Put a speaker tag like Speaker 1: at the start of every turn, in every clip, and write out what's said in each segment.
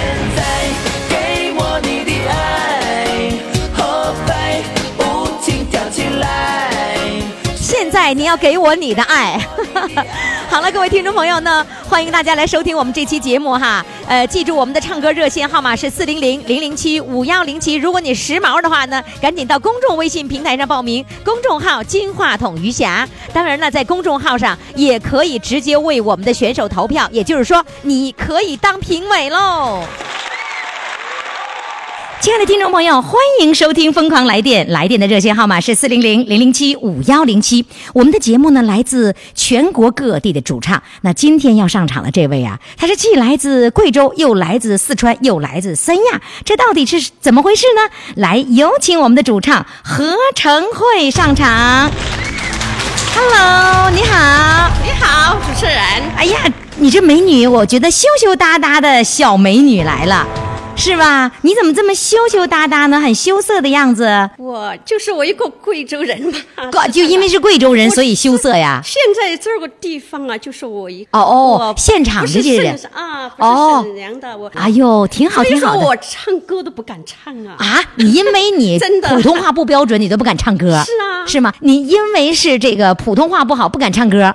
Speaker 1: 现在给我你的爱，后背不停跳起来。
Speaker 2: 现在你要给我你的爱。 好了，各位听众朋友呢，欢迎大家来收听我们这期节目哈。呃，记住我们的唱歌热线号码是四零零零零七五幺零七。如果你时髦的话呢，赶紧到公众微信平台上报名，公众号“金话筒余霞”。当然呢，在公众号上也可以直接为我们的选手投票，也就是说，你可以当评委喽。亲爱的听众朋友，欢迎收听《疯狂来电》，来电的热线号码是四零零零零七五幺零七。我们的节目呢，来自全国各地的主唱。那今天要上场的这位啊，他是既来自贵州，又来自四川，又来自三亚，这到底是怎么回事呢？来，有请我们的主唱何成慧上场。Hello，你好，
Speaker 3: 你好，主持人。
Speaker 2: 哎呀，你这美女，我觉得羞羞答答的小美女来了，是吧？你怎么这么羞羞答答呢？很羞涩的样子。
Speaker 3: 我就是我一个贵州人 吧，
Speaker 2: 就因为是贵州人，
Speaker 3: 我
Speaker 2: 所以羞涩呀。
Speaker 3: 现在这个地方啊，就是我一
Speaker 2: 哦哦
Speaker 3: 我
Speaker 2: 现场的
Speaker 3: 不是
Speaker 2: 这人
Speaker 3: 沈啊，不
Speaker 2: 哦
Speaker 3: 是沈阳的我。
Speaker 2: 哎呦，挺好，
Speaker 3: 所以
Speaker 2: 挺
Speaker 3: 说
Speaker 2: 好的
Speaker 3: 我唱歌都不敢唱啊。
Speaker 2: 啊！你因为 你
Speaker 3: 真的
Speaker 2: 普通话不标准，你都不敢唱歌，
Speaker 3: 是啊
Speaker 2: 是吗？你因为是这个普通话不好，不敢唱歌啊，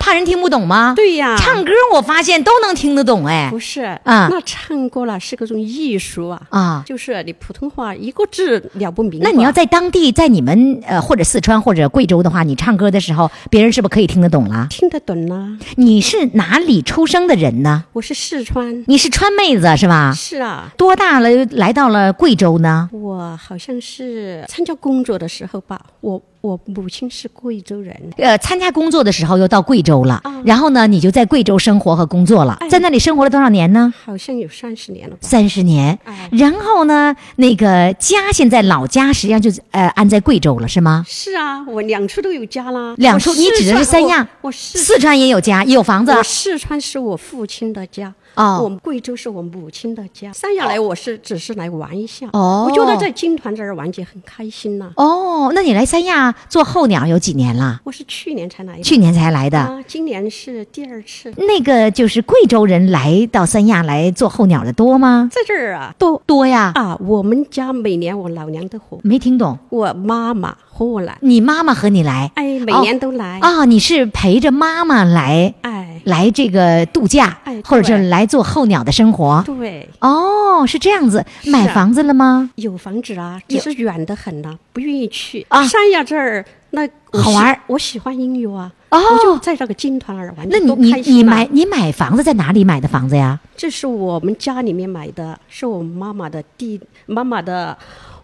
Speaker 2: 怕人听不懂吗？
Speaker 3: 对啊呀
Speaker 2: 唱歌我发现都能听得懂，哎
Speaker 3: 不，是啊
Speaker 2: 啊
Speaker 3: 那唱歌了是个种艺术啊
Speaker 2: 啊
Speaker 3: 就是你普通话一个字了不明白。
Speaker 2: 那你要在当地，在你们呃或者四川或者贵州的话，你唱歌的时候，别人是不是可以听得懂了？
Speaker 3: 听得懂啦，
Speaker 2: 你是哪里出生的人呢？
Speaker 3: 我是四川，
Speaker 2: 你是川妹子是吧？
Speaker 3: 是啊，
Speaker 2: 多大了来到了贵州呢？
Speaker 3: 我好像是参加工作的时候吧，我我母亲是贵州人，
Speaker 2: 呃，参加工作的时候又到贵州了，
Speaker 3: 啊
Speaker 2: 然后呢，你就在贵州生活和工作了，
Speaker 3: 哎
Speaker 2: 在那里生活了多少年呢？
Speaker 3: 好像有三十年了吧。
Speaker 2: 三十年。
Speaker 3: 哎
Speaker 2: 然后呢，那个家现在老家实际上就是呃安在贵州了，是吗？
Speaker 3: 是啊，我两处都有家啦。
Speaker 2: 两处
Speaker 3: 我
Speaker 2: 你指的
Speaker 3: 四川
Speaker 2: 是三亚
Speaker 3: 我我四
Speaker 2: 四川也有家，也有房子啊
Speaker 3: 我四川是我父亲的家，
Speaker 2: 哦
Speaker 3: 我们贵州是我母亲的家。三亚来我是只是来玩一下，
Speaker 2: 哦
Speaker 3: 我觉得在金团这儿玩就很开心呐。
Speaker 2: 哦。那你来三亚做候鸟有几年了？
Speaker 3: 我是去年才来的，
Speaker 2: 去年才来的。
Speaker 3: 啊，今年是第二次，
Speaker 2: 那个就是贵州人来到三亚来做候鸟的多吗？
Speaker 3: 在这儿啊
Speaker 2: 多多呀，
Speaker 3: 啊，我们家每年我老娘都和
Speaker 2: 没听懂。
Speaker 3: 我妈妈和我来，
Speaker 2: 你妈妈和你来
Speaker 3: 哎，每年都来，
Speaker 2: 啊、你是陪着妈妈来
Speaker 3: 哎，
Speaker 2: 来这个度假，
Speaker 3: 哎对
Speaker 2: 或者是来做候鸟的生活。
Speaker 3: 对。
Speaker 2: 哦，是这样子。
Speaker 3: 是啊
Speaker 2: 买房子了吗？
Speaker 3: 有房子啊，
Speaker 2: 有
Speaker 3: 只是远得很呐、不愿意去。
Speaker 2: 啊
Speaker 3: 三亚这儿那我喜
Speaker 2: 好玩儿
Speaker 3: 我喜欢音乐啊，
Speaker 2: 哦
Speaker 3: 我就在那个金团儿玩。
Speaker 2: 那你
Speaker 3: 多
Speaker 2: 你
Speaker 3: 开心
Speaker 2: 你
Speaker 3: 啊
Speaker 2: 买？你买房子在哪里买的房子呀？
Speaker 3: 这是我们家里面买的，是我妈妈的弟妈妈的，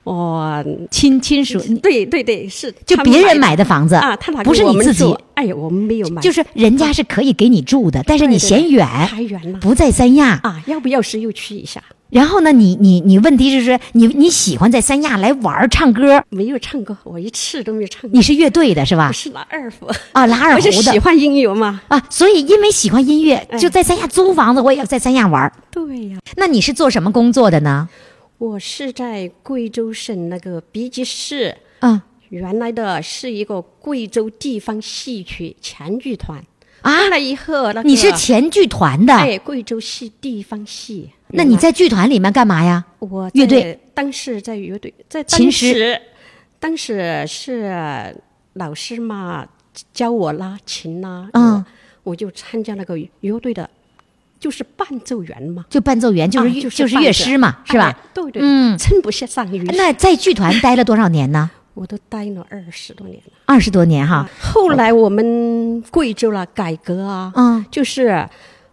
Speaker 3: 哦，
Speaker 2: 亲亲属你
Speaker 3: 对对对，是
Speaker 2: 就
Speaker 3: 他们
Speaker 2: 别人
Speaker 3: 买
Speaker 2: 买的房子
Speaker 3: 啊，他拿给
Speaker 2: 不是
Speaker 3: 我
Speaker 2: 你
Speaker 3: 们
Speaker 2: 自己
Speaker 3: 做，哎呀，我们没有买，
Speaker 2: 就是哎人家是可以给你住的，但是你
Speaker 3: 对对
Speaker 2: 嫌远，
Speaker 3: 太远了
Speaker 2: 不在三亚。
Speaker 3: 啊，要不要时又去一下？
Speaker 2: 然后呢，你你你问题就是你你喜欢在三亚来玩儿唱歌，
Speaker 3: 没有唱过，我一次都没有唱过
Speaker 2: 你。是乐队的是吧
Speaker 3: 我？是拿二胡
Speaker 2: 啊，拉二
Speaker 3: 我就
Speaker 2: 胡
Speaker 3: 喜
Speaker 2: 的
Speaker 3: 欢音乐嘛。
Speaker 2: 啊，所以因为喜欢音乐，
Speaker 3: 哎
Speaker 2: 就在三亚租房子，我也要在三亚玩儿。
Speaker 3: 对呀、
Speaker 2: 那你是做什么工作的呢？
Speaker 3: 我是在贵州省那个比吉市，
Speaker 2: 嗯
Speaker 3: 原来的是一个贵州地方戏曲前剧团，
Speaker 2: 啊，
Speaker 3: 后来以后那个
Speaker 2: 你是前剧团的，
Speaker 3: 哎贵州戏地方戏，
Speaker 2: 那你在剧团里面干嘛呀？
Speaker 3: 我
Speaker 2: 乐队
Speaker 3: 当时在乐队在
Speaker 2: 琴
Speaker 3: 当
Speaker 2: 师
Speaker 3: 时，当时是老师嘛教我拉琴啦、
Speaker 2: 嗯
Speaker 3: 我，我就参加那个乐队的，就是伴奏员嘛，
Speaker 2: 就伴奏员，就是
Speaker 3: 啊
Speaker 2: 乐
Speaker 3: 就是哎
Speaker 2: 就是
Speaker 3: 伴
Speaker 2: 乐
Speaker 3: 奏
Speaker 2: 师嘛，是吧
Speaker 3: 哎？对对，
Speaker 2: 嗯
Speaker 3: 称不上于
Speaker 2: 那在剧团待了多少年 呢？
Speaker 3: 我都待了二十多年了。
Speaker 2: 二十多年哈。
Speaker 3: 后来我们贵州了改革啊，
Speaker 2: 嗯
Speaker 3: 就是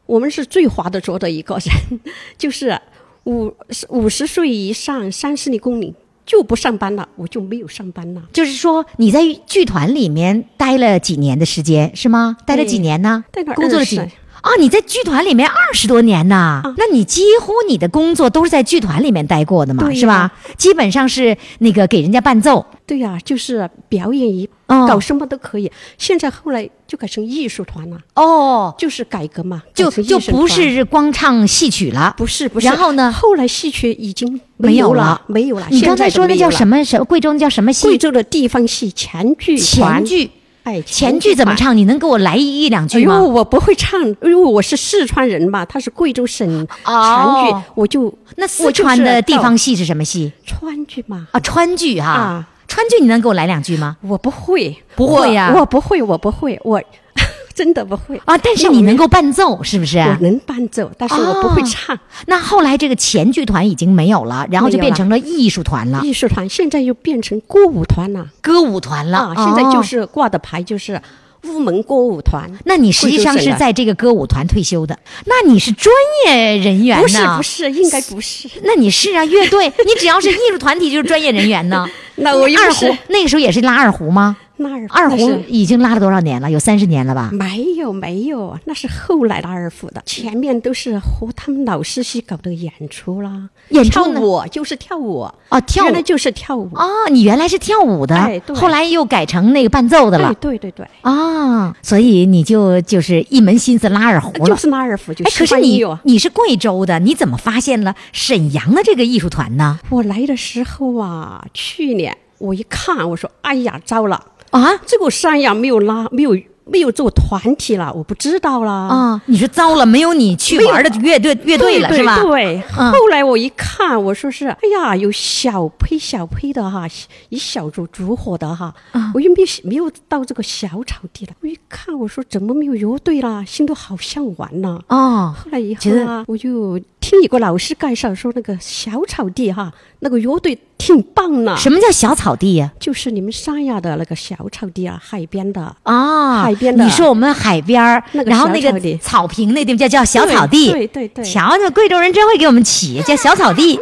Speaker 3: 我们是最划得着的一个人，就是五五十岁以上三十里工龄就不上班了，我就没有上班了。
Speaker 2: 就是说你在剧团里面待了几年的时间是吗？待了
Speaker 3: 对
Speaker 2: 几年呢
Speaker 3: 待了？
Speaker 2: 工作了几
Speaker 3: 20
Speaker 2: 啊，你在剧团里面二十多年呐、
Speaker 3: 啊
Speaker 2: 那你几乎你的工作都是在剧团里面待过的嘛，
Speaker 3: 对呀
Speaker 2: 是吧？基本上是那个给人家伴奏，
Speaker 3: 对呀、就是表演一、
Speaker 2: 哦
Speaker 3: 搞什么都可以。现在后来就改成艺术团了，
Speaker 2: 哦，
Speaker 3: 就是改革嘛，
Speaker 2: 就
Speaker 3: 改成艺
Speaker 2: 就
Speaker 3: 术
Speaker 2: 不
Speaker 3: 团
Speaker 2: 是光唱戏曲了，
Speaker 3: 不是不是。
Speaker 2: 然后呢
Speaker 3: 后来戏曲已经
Speaker 2: 没有
Speaker 3: 了
Speaker 2: 了，
Speaker 3: 没有了。
Speaker 2: 你刚才说那叫什
Speaker 3: 么？
Speaker 2: 么什么贵州那叫什么戏？
Speaker 3: 贵州的地方戏前剧团
Speaker 2: 前，剧，
Speaker 3: 哎，
Speaker 2: 前剧怎么
Speaker 3: 团？
Speaker 2: 唱？你能给我来一一两
Speaker 3: 哎
Speaker 2: 句
Speaker 3: 呦，
Speaker 2: 吗？
Speaker 3: 我不会唱，因为我是四川人嘛，他是贵州省
Speaker 2: 哦
Speaker 3: 川剧，我就
Speaker 2: 那
Speaker 3: 我
Speaker 2: 四
Speaker 3: 就是
Speaker 2: 川的地
Speaker 3: 到
Speaker 2: 方戏是什么戏
Speaker 3: 川剧嘛，
Speaker 2: 啊？川剧哈、
Speaker 3: 啊
Speaker 2: 川剧你能给我来两句吗？
Speaker 3: 我不会，
Speaker 2: 不会呀
Speaker 3: 我我不会，我不会，我 真的不会
Speaker 2: 啊，但是
Speaker 3: 那
Speaker 2: 你
Speaker 3: 我
Speaker 2: 能够伴奏，是不是？
Speaker 3: 我能伴奏，但是
Speaker 2: 哦
Speaker 3: 我不会唱。
Speaker 2: 那后来这个前剧团已经没有了，然后就
Speaker 3: 没有
Speaker 2: 变
Speaker 3: 了
Speaker 2: 成了艺术团了，
Speaker 3: 艺术团现在又变成歌舞团了
Speaker 2: 歌舞团了。
Speaker 3: 啊！现在就
Speaker 2: 哦。
Speaker 3: 是挂的牌就是乌蒙歌舞团。
Speaker 2: 那你实际上
Speaker 3: 贵州
Speaker 2: 是
Speaker 3: 省的
Speaker 2: 在这个歌舞团退休的，那你是专业人员呢？
Speaker 3: 不是不，是，应该不是。
Speaker 2: 那你是啊，乐队， 你只要是艺术团体就是专业人员 呢。
Speaker 3: 那啊我又
Speaker 2: 二
Speaker 3: 不
Speaker 2: 胡
Speaker 3: 是
Speaker 2: 那个时候也是拉二胡吗？
Speaker 3: 那二
Speaker 2: 二
Speaker 3: 那
Speaker 2: 胡
Speaker 3: 是嗯
Speaker 2: 已经拉了多少年了？有三十年了吧？
Speaker 3: 没有没有，那是后来的二胡的，前面都是和他们老师去搞的演出啦，
Speaker 2: 演出
Speaker 3: 跳
Speaker 2: 呢
Speaker 3: 舞就是跳舞，
Speaker 2: 哦，跳舞
Speaker 3: 原来就是跳舞。
Speaker 2: 哦，你原来是跳舞的，
Speaker 3: 哎对
Speaker 2: 后来又改成那个伴奏的
Speaker 3: 哎，
Speaker 2: 了
Speaker 3: 对对对，
Speaker 2: 啊、哦，所以你就就是一门心思拉二胡
Speaker 3: 就
Speaker 2: 了。
Speaker 3: 是那二胡，就
Speaker 2: 哎，可
Speaker 3: 西
Speaker 2: 是
Speaker 3: 方音
Speaker 2: 你
Speaker 3: 乐啊。
Speaker 2: 你是贵州的，你怎么发现了沈阳的这个艺术团呢？
Speaker 3: 我来的时候啊，去年我一看，我说，哎呀，糟了，
Speaker 2: 啊
Speaker 3: 这个山呀没有拉，没有没有做团体了，我不知道啦。
Speaker 2: 啊！你说糟了，没有你去玩的乐队乐队了
Speaker 3: 对
Speaker 2: 是吧？
Speaker 3: 对，
Speaker 2: 嗯
Speaker 3: 后来我一看，我说是，哎呀，有小胚小胚的哈，一小组组伙的哈，
Speaker 2: 嗯
Speaker 3: 我又没有没有到这个小草地了。我一看，我说怎么没有乐队啦？心都好向往呐。
Speaker 2: 哦，
Speaker 3: 后来以
Speaker 2: 觉
Speaker 3: 后
Speaker 2: 得
Speaker 3: 啊，我就听一个老师介绍说，那个小草地哈，那个乐队挺棒呢，
Speaker 2: 什么叫小草地呀、
Speaker 3: 就是你们三亚的那个小草地啊，海边的。
Speaker 2: 啊，
Speaker 3: 海边的
Speaker 2: 你说我们海边儿
Speaker 3: 那个
Speaker 2: 然后
Speaker 3: 小
Speaker 2: 那
Speaker 3: 草
Speaker 2: 个
Speaker 3: 地
Speaker 2: 草坪那地方叫叫小草地，
Speaker 3: 对对对对
Speaker 2: 瞧瞧，贵州人真会给我们起，叫小 草地，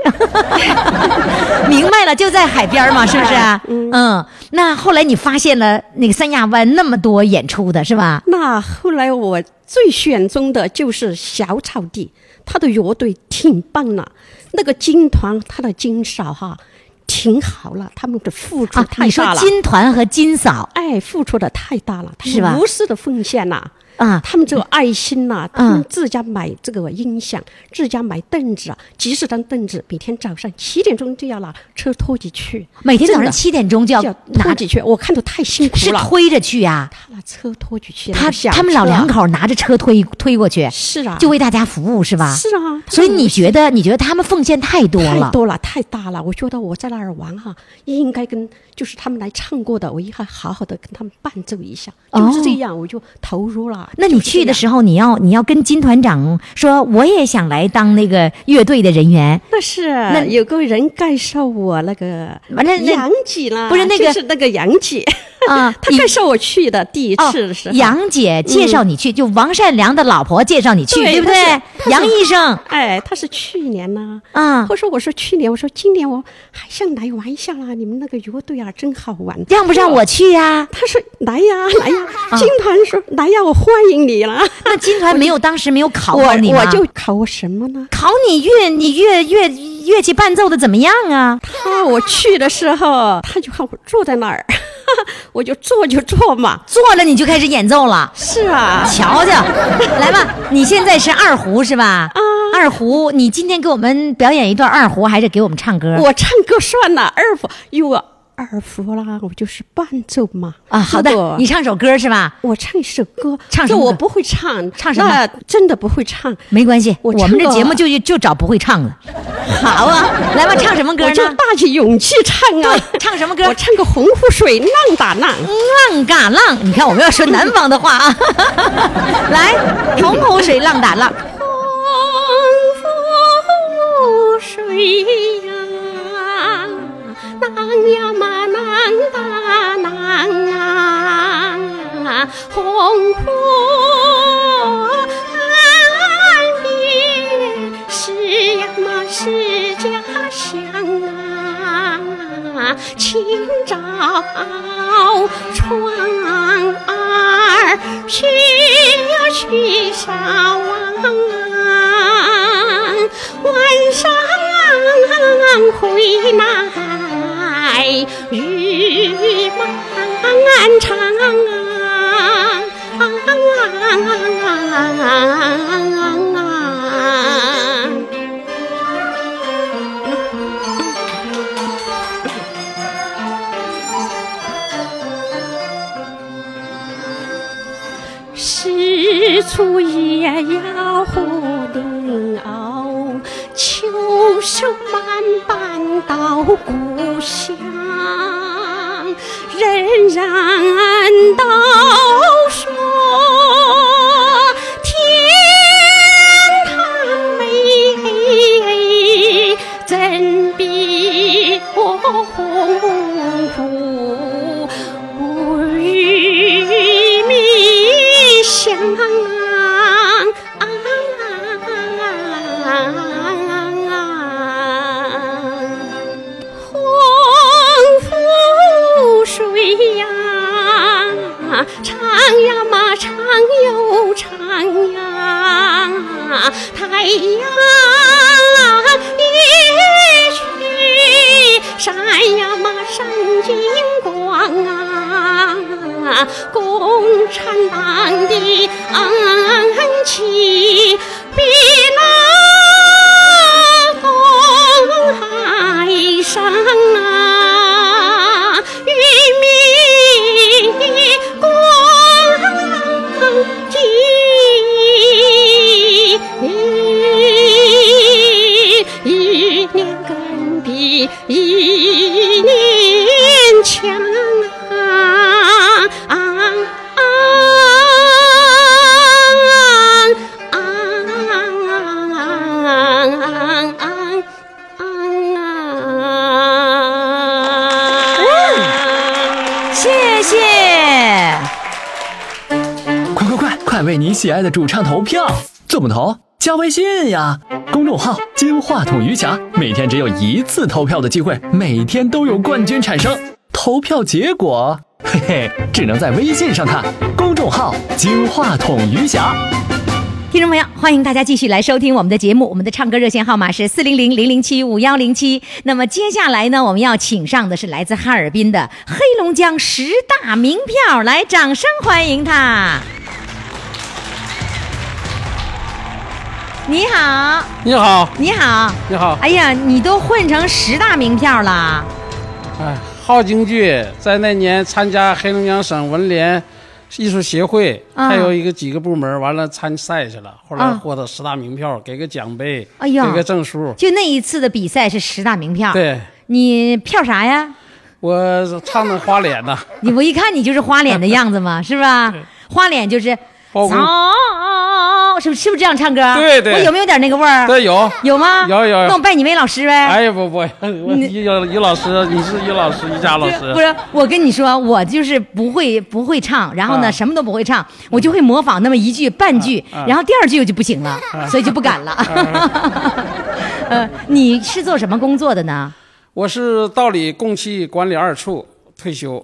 Speaker 2: 明白了，就在海边儿嘛，是不是、嗯那后来你发现了那个三亚湾那么多演出的是吧？
Speaker 3: 那后来我最选中的就是小草地，他的乐队挺棒了，那个金团他的金嫂哈挺好了，他们的付出
Speaker 2: 啊，
Speaker 3: 太
Speaker 2: 你说
Speaker 3: 大了。
Speaker 2: 金团和金嫂
Speaker 3: 爱付出的太大了，他
Speaker 2: 是吧
Speaker 3: 们无私的奉献呐、
Speaker 2: 啊
Speaker 3: 他们这个爱心呐、
Speaker 2: 嗯
Speaker 3: 他们自家买这个音响，自家买凳子啊，几十张凳子，每天早上七点钟就要拿车拖起去，
Speaker 2: 每天早
Speaker 3: 真
Speaker 2: 上
Speaker 3: 的
Speaker 2: 七点钟就要
Speaker 3: 就要
Speaker 2: 拿
Speaker 3: 拖
Speaker 2: 着
Speaker 3: 起去，我看着太辛苦
Speaker 2: 是
Speaker 3: 了。
Speaker 2: 推着去呀、
Speaker 3: 他拿车拖起去，那
Speaker 2: 他
Speaker 3: 个小
Speaker 2: 他们老
Speaker 3: 车啊
Speaker 2: 两口拿着车推推过去，
Speaker 3: 是啊，
Speaker 2: 就为大家服务是吧？
Speaker 3: 是啊，他
Speaker 2: 所以
Speaker 3: 们
Speaker 2: 你觉得你觉得他们奉献太多了
Speaker 3: 太，多了，太大了。我觉得我在那儿玩哈、应该跟就是他们来唱过的，我应该好好的跟他们伴奏一下，就是这样，我就投入了。
Speaker 2: 哦那你去的时候，你要你要跟金团长说，我也想来当那个乐队的人 员。
Speaker 3: 那是
Speaker 2: 那
Speaker 3: 那有个人介绍我那个
Speaker 2: 完了那
Speaker 3: 杨姐啦，
Speaker 2: 不是那个
Speaker 3: 就是那个杨姐
Speaker 2: 啊
Speaker 3: 她
Speaker 2: 你
Speaker 3: 介绍我去的第一次的时候，
Speaker 2: 杨姐介绍你去，就王善良的老婆介绍你去，
Speaker 3: 嗯对
Speaker 2: 对不
Speaker 3: 她是
Speaker 2: 对？杨医生
Speaker 3: 哎，她是去年呐、
Speaker 2: 啊
Speaker 3: 或，者说我说去年，我说今年我还想来玩一下啦，你们那个乐队啊真好玩，
Speaker 2: 让不让我去呀？
Speaker 3: 他说：“来 呀，来呀！”
Speaker 2: 啊
Speaker 3: 金团说：“来呀，我欢迎你了。
Speaker 2: 那金团没有当时没有考
Speaker 3: 我
Speaker 2: 考啊你吗？
Speaker 3: 我就考我什么呢？
Speaker 2: 考你乐，你乐乐乐器伴奏的怎么样啊？
Speaker 3: 他我去的时候，他就看我坐在那儿， 我就坐就坐嘛。
Speaker 2: 做了你就开始演奏了，
Speaker 3: 是啊，
Speaker 2: 瞧瞧，来吧，你现在是二胡是吧？啊，二胡，你今天给我们表演一段二胡，还是给我们唱歌？
Speaker 3: 我唱歌算了，二胡因为我二胡啦，我就是伴奏嘛。
Speaker 2: 啊，好
Speaker 3: 如果
Speaker 2: 的，你唱首歌是吧？
Speaker 3: 我唱一首歌，
Speaker 2: 唱什
Speaker 3: 这
Speaker 2: 么歌
Speaker 3: 我不会唱，
Speaker 2: 唱什么
Speaker 3: 那真的不会唱。
Speaker 2: 没关系，我
Speaker 3: 我唱啊
Speaker 2: 们这
Speaker 3: 个
Speaker 2: 节目就就找不会唱的。好啊，来吧，唱什么歌
Speaker 3: 我就
Speaker 2: 呢？
Speaker 3: 大起勇气唱啊！
Speaker 2: 对唱什么歌
Speaker 3: 我唱个《洪湖水浪打浪》。
Speaker 2: 浪嘎浪，你看我们要说南方的话啊， 来，洪湖水浪打浪，
Speaker 4: 风拂水呀，浪呀嘛浪打浪啊，洪湖岸边是呀嘛是家乡啊。清早窗儿儿寻呀去上岸，晚上回来日满长啊啊安。日出也要火领袄，秋收满半到故乡，人人都说天堂美，真比我红土不与你相
Speaker 3: 啊啊
Speaker 4: 爱。洪福水呀，长呀嘛长又长呀，太阳一去闪呀嘛闪金光啊，共产党的恩情比那东海上啊，与民国际。一年更比一年强啊！啊啊啊啊啊！
Speaker 2: 谢谢。
Speaker 5: 快快快，快为你喜爱的主唱投票！怎么投？加微信呀，公众号“金话筒余霞”，每天只有一次投票的机会，每天都有冠军产生。投票结果，嘿嘿，只能在微信上看。公众号“金话筒余霞”。
Speaker 2: 听众朋友，欢迎大家继续来收听我们的节目。我们的唱歌热线号码是四零零零零七五幺零七。那么接下来呢，我们要请上的是来自哈尔滨的黑龙江十大名票，来掌声欢迎他。你好，
Speaker 6: 你好，
Speaker 2: 你好，
Speaker 6: 你好，
Speaker 2: 哎呀，你都混成十大名票了，
Speaker 6: 哎，好京剧在那年参加黑龙江省文联艺术协会，
Speaker 2: 啊
Speaker 6: 还有一个几个部门，完了参赛去了，后来
Speaker 2: 啊
Speaker 6: 获得十大名票，给个奖杯，
Speaker 2: 哎啊呀
Speaker 6: 给个证书。
Speaker 2: 就那一次的比赛是十大名票。，
Speaker 6: 对
Speaker 2: 你票啥呀？
Speaker 6: 我唱的花脸 呐，
Speaker 2: 你我一看你就是花脸的样子嘛，是吧？花脸就是
Speaker 6: 包公
Speaker 2: 早，是不是不是这样唱歌？
Speaker 6: 对对
Speaker 2: 我有没有点那个味儿？
Speaker 6: 对，有。
Speaker 2: 有吗？
Speaker 6: 有有有
Speaker 2: 那我拜你为老师呗。
Speaker 6: 哎呀不不，我于老于老师，你是于老师，于佳老师
Speaker 2: 不，是，我跟你说，我就是不会不会唱，然后呢、
Speaker 6: 啊
Speaker 2: 什么都不会唱，我就会模仿那么一句半句，然后第二句我就不行了，
Speaker 6: 啊
Speaker 2: 所以就不敢了。 呃，你是做什么工作的呢？
Speaker 6: 我是道里供气管理二处退休，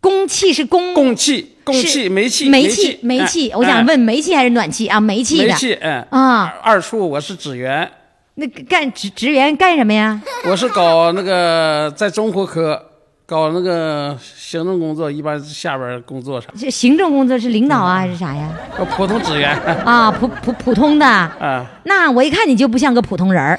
Speaker 2: 供气是供
Speaker 6: 供气供
Speaker 2: 是
Speaker 6: 气煤气
Speaker 2: 煤气煤气，我想。
Speaker 6: 哎哎
Speaker 2: 问煤气还是暖气啊？煤气
Speaker 6: 煤
Speaker 2: 的
Speaker 6: 气，嗯
Speaker 2: 啊
Speaker 6: 二处我是职员，
Speaker 2: 那干职职员干什么呀？
Speaker 6: 我是搞那个在中国科搞那个行政工作，一般是下边工作啥，
Speaker 2: 这行政工作是领导啊，还是啥呀？
Speaker 6: 我普通职员
Speaker 2: 啊，普普普通的。
Speaker 6: 啊，
Speaker 2: 那我一看你就不像个普通人儿。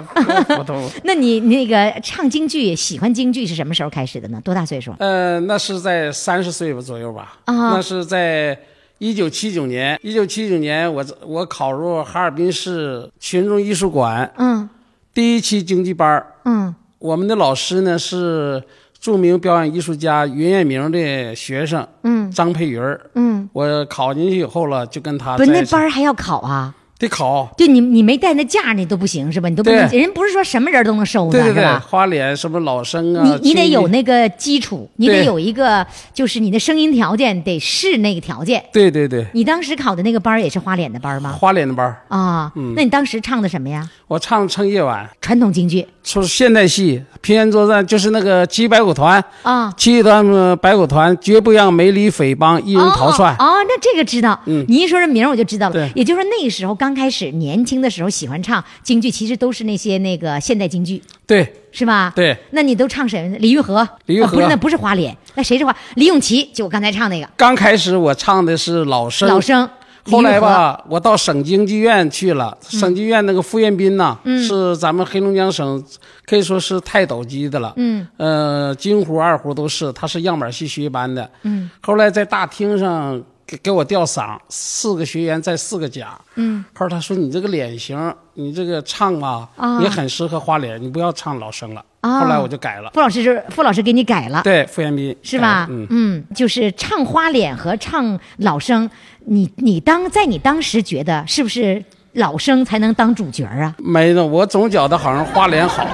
Speaker 6: 普通。
Speaker 2: 那你那个唱京剧，喜欢京剧是什么时候开始的呢？多大岁数？
Speaker 6: 呃，那是在三十岁吧左右吧，
Speaker 2: 啊
Speaker 6: 那是在一九七九年，一九七九年我我考入哈尔滨市群众艺术馆
Speaker 2: 嗯
Speaker 6: 第一期京剧班儿
Speaker 2: 嗯
Speaker 6: 我们的老师呢是著名表演艺术家云艳明的学生，
Speaker 2: 嗯
Speaker 6: 张佩云儿。
Speaker 2: 嗯，
Speaker 6: 我考进去以后了，就跟他
Speaker 2: 不，
Speaker 6: 在
Speaker 2: 那
Speaker 6: 一起
Speaker 2: 班儿还要考啊？
Speaker 7: 得考。
Speaker 2: 就你你没带那架，你都不行是吧？你都不能，
Speaker 7: 对
Speaker 2: 人不是说什么人都能收的，
Speaker 7: 对对
Speaker 2: 是
Speaker 7: 对，
Speaker 2: 吧？
Speaker 7: 花脸什么老生啊，
Speaker 2: 你你得
Speaker 7: 青衣
Speaker 2: 有那个基础，你得
Speaker 7: 对
Speaker 2: 有一个，就是你的声音条件得是那个条件。
Speaker 7: 对对对，
Speaker 2: 你当时考的那个班儿也是花脸的班儿吗？
Speaker 7: 花脸的班儿，
Speaker 2: 啊，
Speaker 7: 嗯
Speaker 2: 那你当时唱的什么呀？
Speaker 7: 我唱唱夜晚，
Speaker 2: 传统京剧
Speaker 7: 说现代戏平原作战就是那个七百狗团，
Speaker 2: 啊。
Speaker 7: 七团呃百狗团绝不让梅里匪帮一人逃窜。
Speaker 2: 哦，哦那这个知道。
Speaker 7: 嗯
Speaker 2: 你一说这名儿我就知道了
Speaker 7: 对。
Speaker 2: 也就是说那个时候刚开始年轻的时候喜欢唱京剧，其实都是那些那个现代京剧，
Speaker 7: 对
Speaker 2: 是吧？
Speaker 7: 对，
Speaker 2: 那你都唱谁？李玉和，
Speaker 7: 李玉
Speaker 2: 啊不是，
Speaker 7: 和
Speaker 2: 那不是花脸，那谁是花？李永琪，就我刚才唱那个
Speaker 7: 刚开始我唱的是老生，
Speaker 2: 老生。
Speaker 7: 后来
Speaker 2: 李玉和，
Speaker 7: 吧，我到省京剧院去了。
Speaker 2: 嗯
Speaker 7: 省剧院那个傅彦斌呐、是咱们黑龙江省可以说是泰斗级的了。嗯，呃，京胡、二胡都是，他是样板戏学班的。嗯，后来在大厅上给给我吊嗓，四个学员在四个甲。嗯，后来他说你这个脸型，你这个唱吧，
Speaker 2: 啊
Speaker 7: 也很适合花脸，你不要唱老生了。
Speaker 2: 啊
Speaker 7: 后来我就改了。
Speaker 2: 傅老师就是傅老师给你改了，
Speaker 7: 对，傅彦斌
Speaker 2: 是
Speaker 7: 改了
Speaker 2: 吧？
Speaker 7: 嗯，
Speaker 2: 就是唱花脸和唱老生，你你当在你当时觉得是不是老生才能当主角啊？
Speaker 7: 没呢，我总觉得好像花脸好，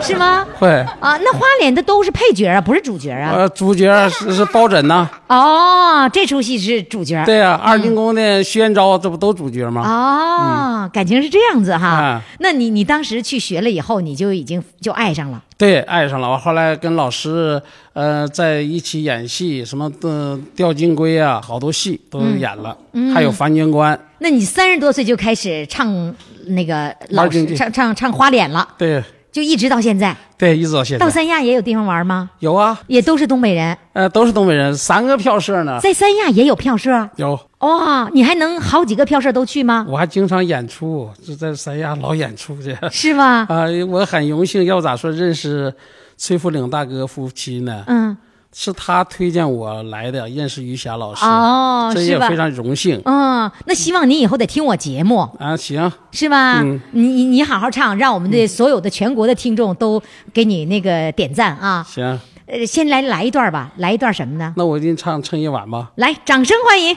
Speaker 2: 是吗？
Speaker 7: 会。
Speaker 2: 啊，那花脸的都是配角啊，不是主角啊。
Speaker 7: 呃，主角是是包拯呐、
Speaker 2: 哦，这出戏是主角。
Speaker 7: 对呀、二进宫的薛元昭，这不都主角吗？
Speaker 2: 哦，感情是这样子哈
Speaker 7: 嗯啊。
Speaker 2: 那你你当时去学了以后，你就已经就爱上了。
Speaker 7: 对，爱上了。我后来跟老师，呃，在一起演戏，什么呃吊金龟啊，好多戏都演了，
Speaker 2: 嗯
Speaker 7: 还有樊军官。
Speaker 2: 那你三十多岁就开始唱那个老
Speaker 7: 二京剧
Speaker 2: 唱唱唱花脸了，
Speaker 7: 对
Speaker 2: 就一直到现在。
Speaker 7: 对，一直到现
Speaker 2: 到
Speaker 7: 在。
Speaker 2: 三亚也有地方玩吗？
Speaker 7: 有啊，
Speaker 2: 也都是东北人，
Speaker 7: 呃，都是东北人，三个票社呢。
Speaker 2: 在三亚也有票社啊。
Speaker 7: 有，
Speaker 2: 哇、你还能好几个票社都去吗？
Speaker 7: 我还经常演出，就在三亚老演出去。
Speaker 2: 是吗？
Speaker 7: 啊、我很荣幸，要咋说认识崔福岭大哥夫妻呢？
Speaker 2: 嗯，
Speaker 7: 是他推荐我来的，认识于霞老师。
Speaker 2: 哦
Speaker 7: 这
Speaker 2: 是
Speaker 7: 也
Speaker 2: 吧
Speaker 7: 非常荣幸。
Speaker 2: 嗯，那希望你以后得听我节目，
Speaker 7: 啊，行，
Speaker 2: 是吧？
Speaker 7: 嗯
Speaker 2: 你你你好好唱，让我们的所有的全国的听众都给你那个点赞啊！
Speaker 7: 行，
Speaker 2: 呃，先来来一段吧，来一段什么呢？
Speaker 7: 那我给你唱《趁夜晚》吧。
Speaker 2: 来，掌声欢迎！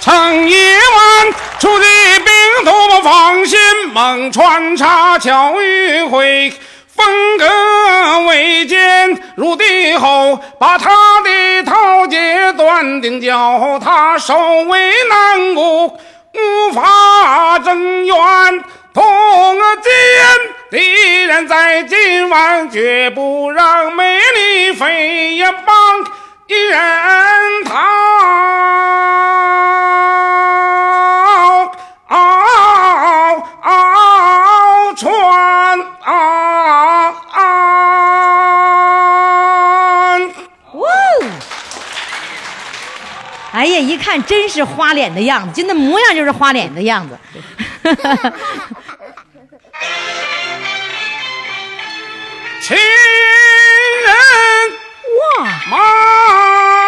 Speaker 7: 趁夜晚，出的兵多么放心，猛穿插巧迂回，分割为奸，入地后，把他的头截断，定叫他首为难骨，无法睁冤。同奸敌人在今晚，绝不让美丽飞也帮一人逃。穿
Speaker 2: 哇哦！哎呀，一看真是花脸的样子，就那模样就是花脸的样 子。
Speaker 7: 亲人
Speaker 2: 哇，
Speaker 7: 忙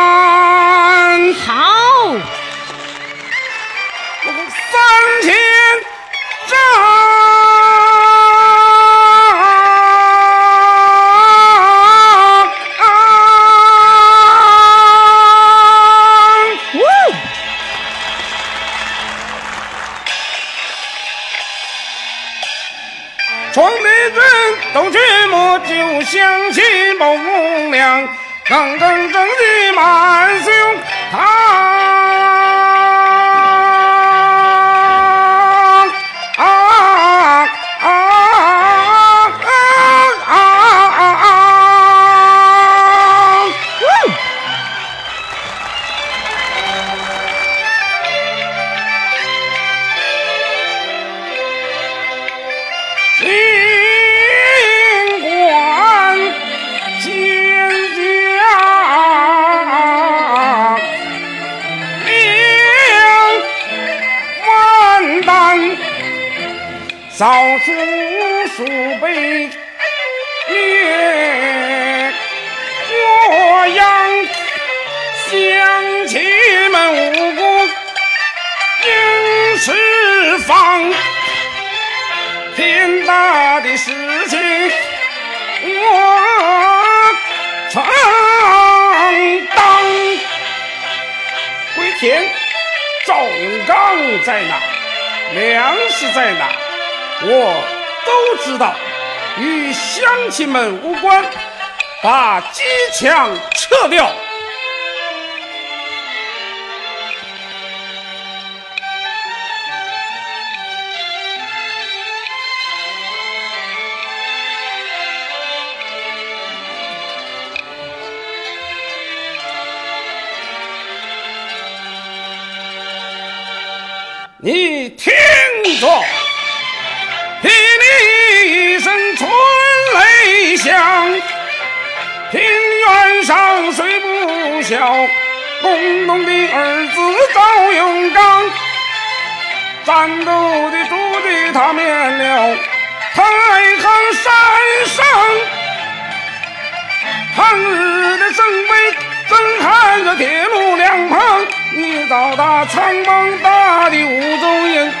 Speaker 7: 难
Speaker 2: 好！
Speaker 7: 三千丈。闯的人都去摸，就像七宝无量，刚正正气满胸膛。啊啊啊啊啊啊！尽管坚强，令万担扫除鼠辈灭祸殃，乡亲们无辜应释放。天大的事情我承担，会田，赵永刚在哪，粮食在哪，我都知道，与乡亲们无关。把机枪撤掉。你听着，霹雳一声春雷响，平原上谁不晓？工农的儿子赵永刚，战斗的主力他灭了，太行山上，抗日的圣杯震撼着铁路两旁。你找他苍茫大地无踪影，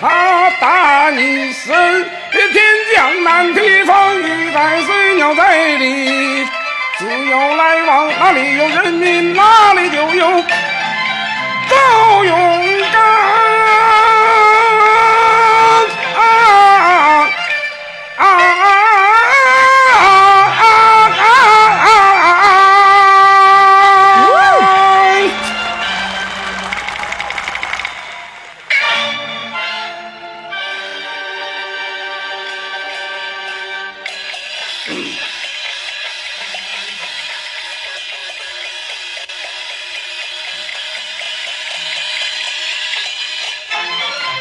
Speaker 7: 他打你身，别天降南地方，雨在水鸟在里，只有来往，哪里有人民，哪里就有赵永刚。啊啊啊啊啊啊！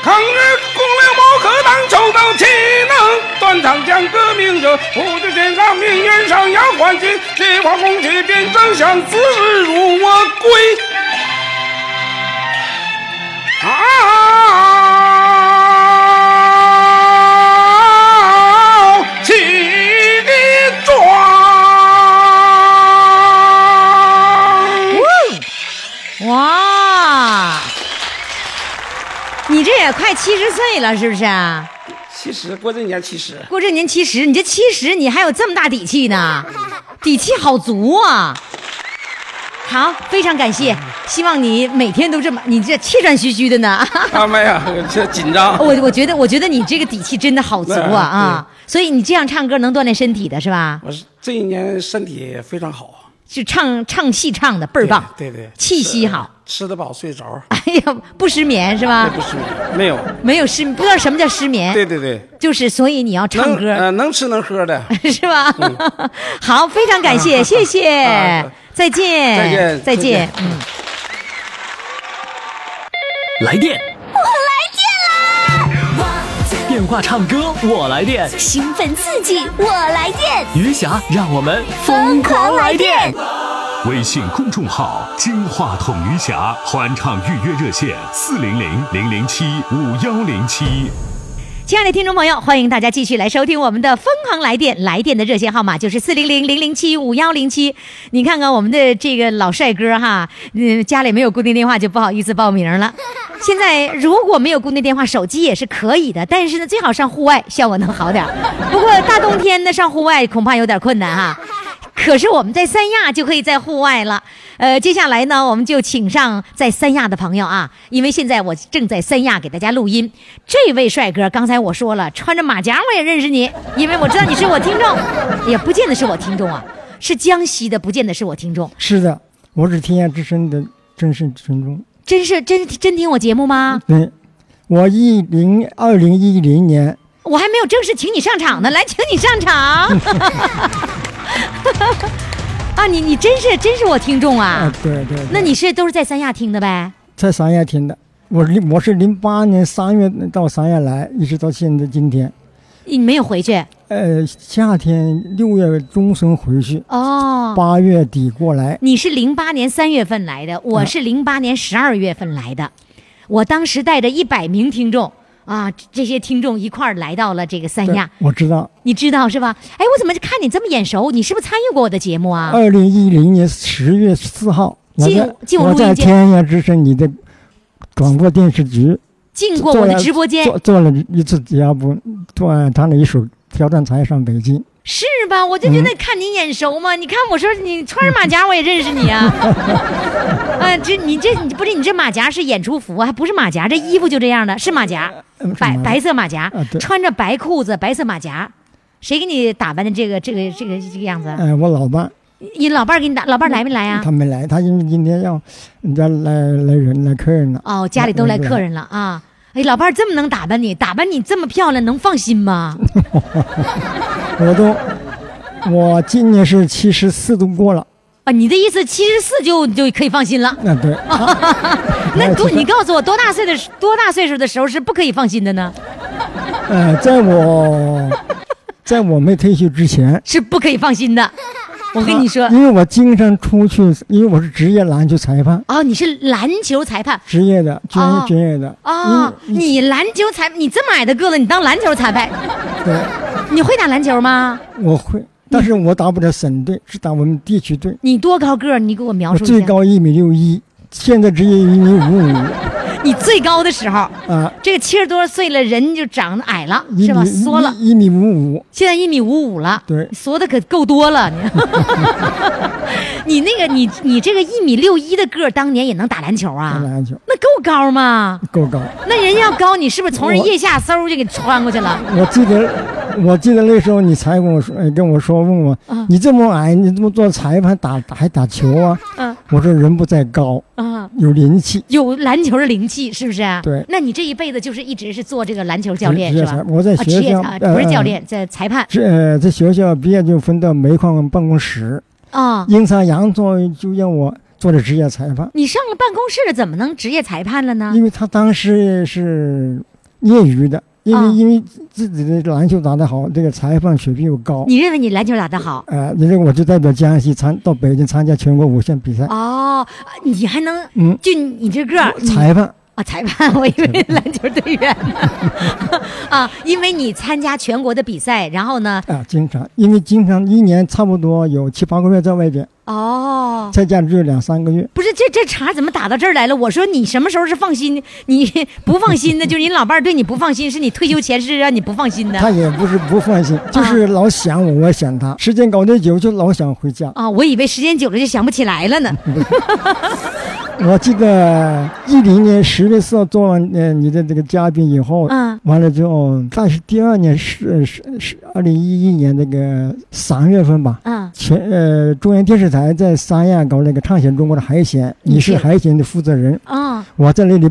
Speaker 7: 抗日攻略不可当求斗气能，断肠将革命者，扶着肩上命运上扬欢喜，烈火红旗变正响，此时如我归。啊！起立壮！
Speaker 2: 哇，你这也快七十岁了，是不是啊？
Speaker 7: 其实过这年其实
Speaker 2: 郭振年七十，你这七十你还有这么大底气呢，底气好足啊！好，非常感谢，希望你每天都这么，你这气喘吁吁的呢。
Speaker 7: 啊妈呀，这紧张。
Speaker 2: 我我觉得，我觉得你这个底气真的好足啊啊！所以你这样唱歌能锻炼身体的是吧？
Speaker 7: 我是这一年身体非常好，啊
Speaker 2: 是唱唱戏唱的倍儿棒，
Speaker 7: 对对对
Speaker 2: 气息好。
Speaker 7: 吃得饱，睡着，
Speaker 2: 哎呀，不失眠是吧
Speaker 7: 那？不是没有，
Speaker 2: 没有失，不知道什么叫失眠，
Speaker 7: 对对对，
Speaker 2: 就是所以你要唱
Speaker 7: 能嗯
Speaker 2: 歌，
Speaker 7: 呃能吃能喝的，
Speaker 2: 是吧？好，非常 感谢，谢谢，
Speaker 7: 啊
Speaker 2: 再见，
Speaker 7: 再见再
Speaker 2: 再见
Speaker 7: 见，
Speaker 2: 嗯。
Speaker 5: 来电，我来电啦！电话唱歌，我来电。
Speaker 8: 兴奋刺激，我来电，
Speaker 5: 余霞，让我们
Speaker 8: 疯狂来电！
Speaker 9: 微信公众号“金话筒余霞”欢唱预约热线：四零零零零七五幺零七。
Speaker 2: 亲爱的听众朋友，欢迎大家继续来收听我们的《疯狂来电》，来电的热线号码就是四零零零零七五幺零七。你看看我们的这个老帅哥哈，嗯，家里没有固定电话就不好意思报名了。现在如果没有固定电话，手机也是可以的，但是呢，最好上户外，效果能好点儿。不过大冬天的上户外恐怕有点困难哈。可是我们在三亚就可以在户外了。呃，接下来呢，我们就请上在三亚的朋友啊，因为现在我正在三亚给大家录音。这位帅哥，刚才我说了，穿着马甲我也认识你，因为我知道你是我听众， 也不见得是我听众啊，是江西的，不见得是我听众。
Speaker 10: 是的，我是天下之声的真实群众。
Speaker 2: 真是真真听我节目吗？
Speaker 10: 对，我一零二零一零年，
Speaker 2: 我还没有正式请你上场呢，来，请你上场。 啊，你你真是真是我听众
Speaker 10: 啊
Speaker 2: 啊，！
Speaker 11: 呃
Speaker 10: 对对对
Speaker 2: 那你是都是在三亚听的呗？
Speaker 10: 在三亚听的，我零我是零八年三月到三亚来，一直到现在今天。
Speaker 2: 你没有回去
Speaker 10: 呃，夏天六月中旬回去，
Speaker 2: 哦？
Speaker 10: 八月底过来。
Speaker 2: 你是零八年三月份
Speaker 10: 嗯
Speaker 2: 来的，我是零八年十二月份来的。我当时带着一百名听众啊，这这些听众一块儿来到了这个三亚，
Speaker 10: 对我知道，
Speaker 2: 你知道是吧？哎，我怎么看你这么眼熟？你是不是参与过我的节目啊？
Speaker 10: 二零一零年十月四号，我
Speaker 2: 进
Speaker 10: 在
Speaker 2: 进我
Speaker 10: 我
Speaker 2: 录
Speaker 10: 在
Speaker 2: 音间
Speaker 10: 天涯之声你的广播电视局
Speaker 2: 进过我
Speaker 10: 做
Speaker 2: 的
Speaker 10: 了
Speaker 2: 直播间
Speaker 10: 做做了一次节目，做他了一首《挑战才上北京》。
Speaker 2: 是吧？我就
Speaker 10: 嗯
Speaker 2: 觉得看你眼熟嘛，你看我说你穿着马甲我也认识你 啊。啊，这你这你不是你这马甲是演出服啊，还不是马甲，这衣服就这样的，是马甲
Speaker 10: 嗯，是
Speaker 2: 白
Speaker 10: 马甲
Speaker 2: 白色马甲
Speaker 10: 啊，对
Speaker 2: 穿着白裤子，白色马甲。谁给你打扮的这个这个这个这个样子？
Speaker 10: 哎，我老伴
Speaker 2: 你老伴儿给
Speaker 10: 嗯
Speaker 2: 你打，老伴儿来没来啊
Speaker 10: 他？没来，他因为今天要人家来来人来客人了。
Speaker 2: 哦，家里都来
Speaker 10: 没
Speaker 2: 客人了啊！哎，老伴儿这么能打扮你，打扮你这么漂亮，能放 心吗？
Speaker 10: 我都，我今年是七十四度过了。
Speaker 2: 啊，你的意思七十四就就可以放 心了？
Speaker 10: 那对，
Speaker 2: 那多你告诉我，多大岁的时多大岁数的时候是不可以放心的呢？
Speaker 10: 呃，在我，在我没退休之前，
Speaker 2: 是不可以放 心的。我跟你说
Speaker 10: 因为我经常出去，因为我是职业篮球裁判，
Speaker 2: 啊，你是篮球裁判
Speaker 10: 职业的，专业、
Speaker 2: 哦
Speaker 10: 专业的。
Speaker 2: 啊，
Speaker 10: 嗯
Speaker 2: 你篮球裁，你这么矮的个子，你当篮球裁判，
Speaker 10: 对，
Speaker 2: 你会打篮球吗？
Speaker 10: 我会，但是我打不了省队，是打我们地区队。
Speaker 2: 你多高个儿？你给我描
Speaker 10: 我
Speaker 2: 啊述一
Speaker 10: 最
Speaker 2: 下。
Speaker 10: 高一米六一，现在职业一米五五
Speaker 2: 你最高的时候，
Speaker 10: 啊，
Speaker 2: 这个七十多岁了，人就长得矮了，
Speaker 10: 一
Speaker 2: 是吧？
Speaker 10: 米
Speaker 2: 缩了。
Speaker 10: 一一米五五。
Speaker 2: 现在一米五五了，
Speaker 10: 对
Speaker 2: 缩的可够多了。 你，你那个你你这个一米六一的个儿，当年也能打篮球
Speaker 10: 打
Speaker 2: 啊？
Speaker 10: 篮球
Speaker 2: 那够高吗？
Speaker 10: 够高，
Speaker 2: 那人要高，你是不是从人腋下嗖就给穿过去 了？
Speaker 10: 我记得，我记得那时候你才跟我说，呃跟我说问我，你这么矮，你这么做裁判打打还打球啊？
Speaker 2: 嗯
Speaker 10: 我说人不在高，
Speaker 2: 啊，
Speaker 10: 有灵气。
Speaker 2: 有篮球的灵气，是不是啊？
Speaker 10: 对
Speaker 2: 那你这一辈子就是一直是做这个篮球教练
Speaker 10: 职
Speaker 2: 是
Speaker 10: 业
Speaker 2: 吧
Speaker 10: 裁？我在
Speaker 2: 啊，职
Speaker 10: 学
Speaker 2: 业
Speaker 10: 校
Speaker 2: 啊，
Speaker 10: 呃
Speaker 2: 不是教练，在裁判
Speaker 10: 这呃在学校毕业就分到煤矿办公室，
Speaker 2: 啊。
Speaker 10: 阴差阳错就让我做了职业裁判。
Speaker 2: 你上了办公室了，怎么能职业裁判了呢？
Speaker 10: 因为他当时是业余的，因为、
Speaker 2: 啊
Speaker 10: 因为自己的篮球打得好，这个裁判水平又高。
Speaker 2: 你认为你篮球打得好？
Speaker 10: 呃，因为我就代表江西参到北京参加全国五项比赛，
Speaker 2: 哦，啊你还能
Speaker 10: 嗯，
Speaker 2: 就你这个儿，你
Speaker 10: 裁判
Speaker 2: 啊，裁判， 我以为篮球队员 呢。啊，因为你参加全国的比赛，然后呢，
Speaker 10: 啊，经常因为经常一年差不多有七八个月在外边，
Speaker 2: 哦，
Speaker 10: 在家里就两三个月。
Speaker 2: 不是这这茬怎么打到这儿来了？我说你什么时候是放心？ 你不放心的，就是你老伴儿对你不放心，是你退休前是让你不放心
Speaker 10: 他
Speaker 2: 的
Speaker 10: 也不是不放心，就是老想我，我也想他。时间搞得久，就老想回家。
Speaker 2: 啊！我以为时间久了就想不起来了 呢。
Speaker 10: 我记得一零年十月四号做完呃你的这个嘉宾以后，
Speaker 2: 嗯
Speaker 10: 完了之后，但是第二年是是是二零一一年那个三月份吧，
Speaker 2: 嗯，
Speaker 10: 全呃中央电视台在三亚搞那个畅想中国的海选，
Speaker 2: 你
Speaker 10: 你是
Speaker 2: 是
Speaker 10: 海选的负责人，
Speaker 2: 啊
Speaker 10: 我在那里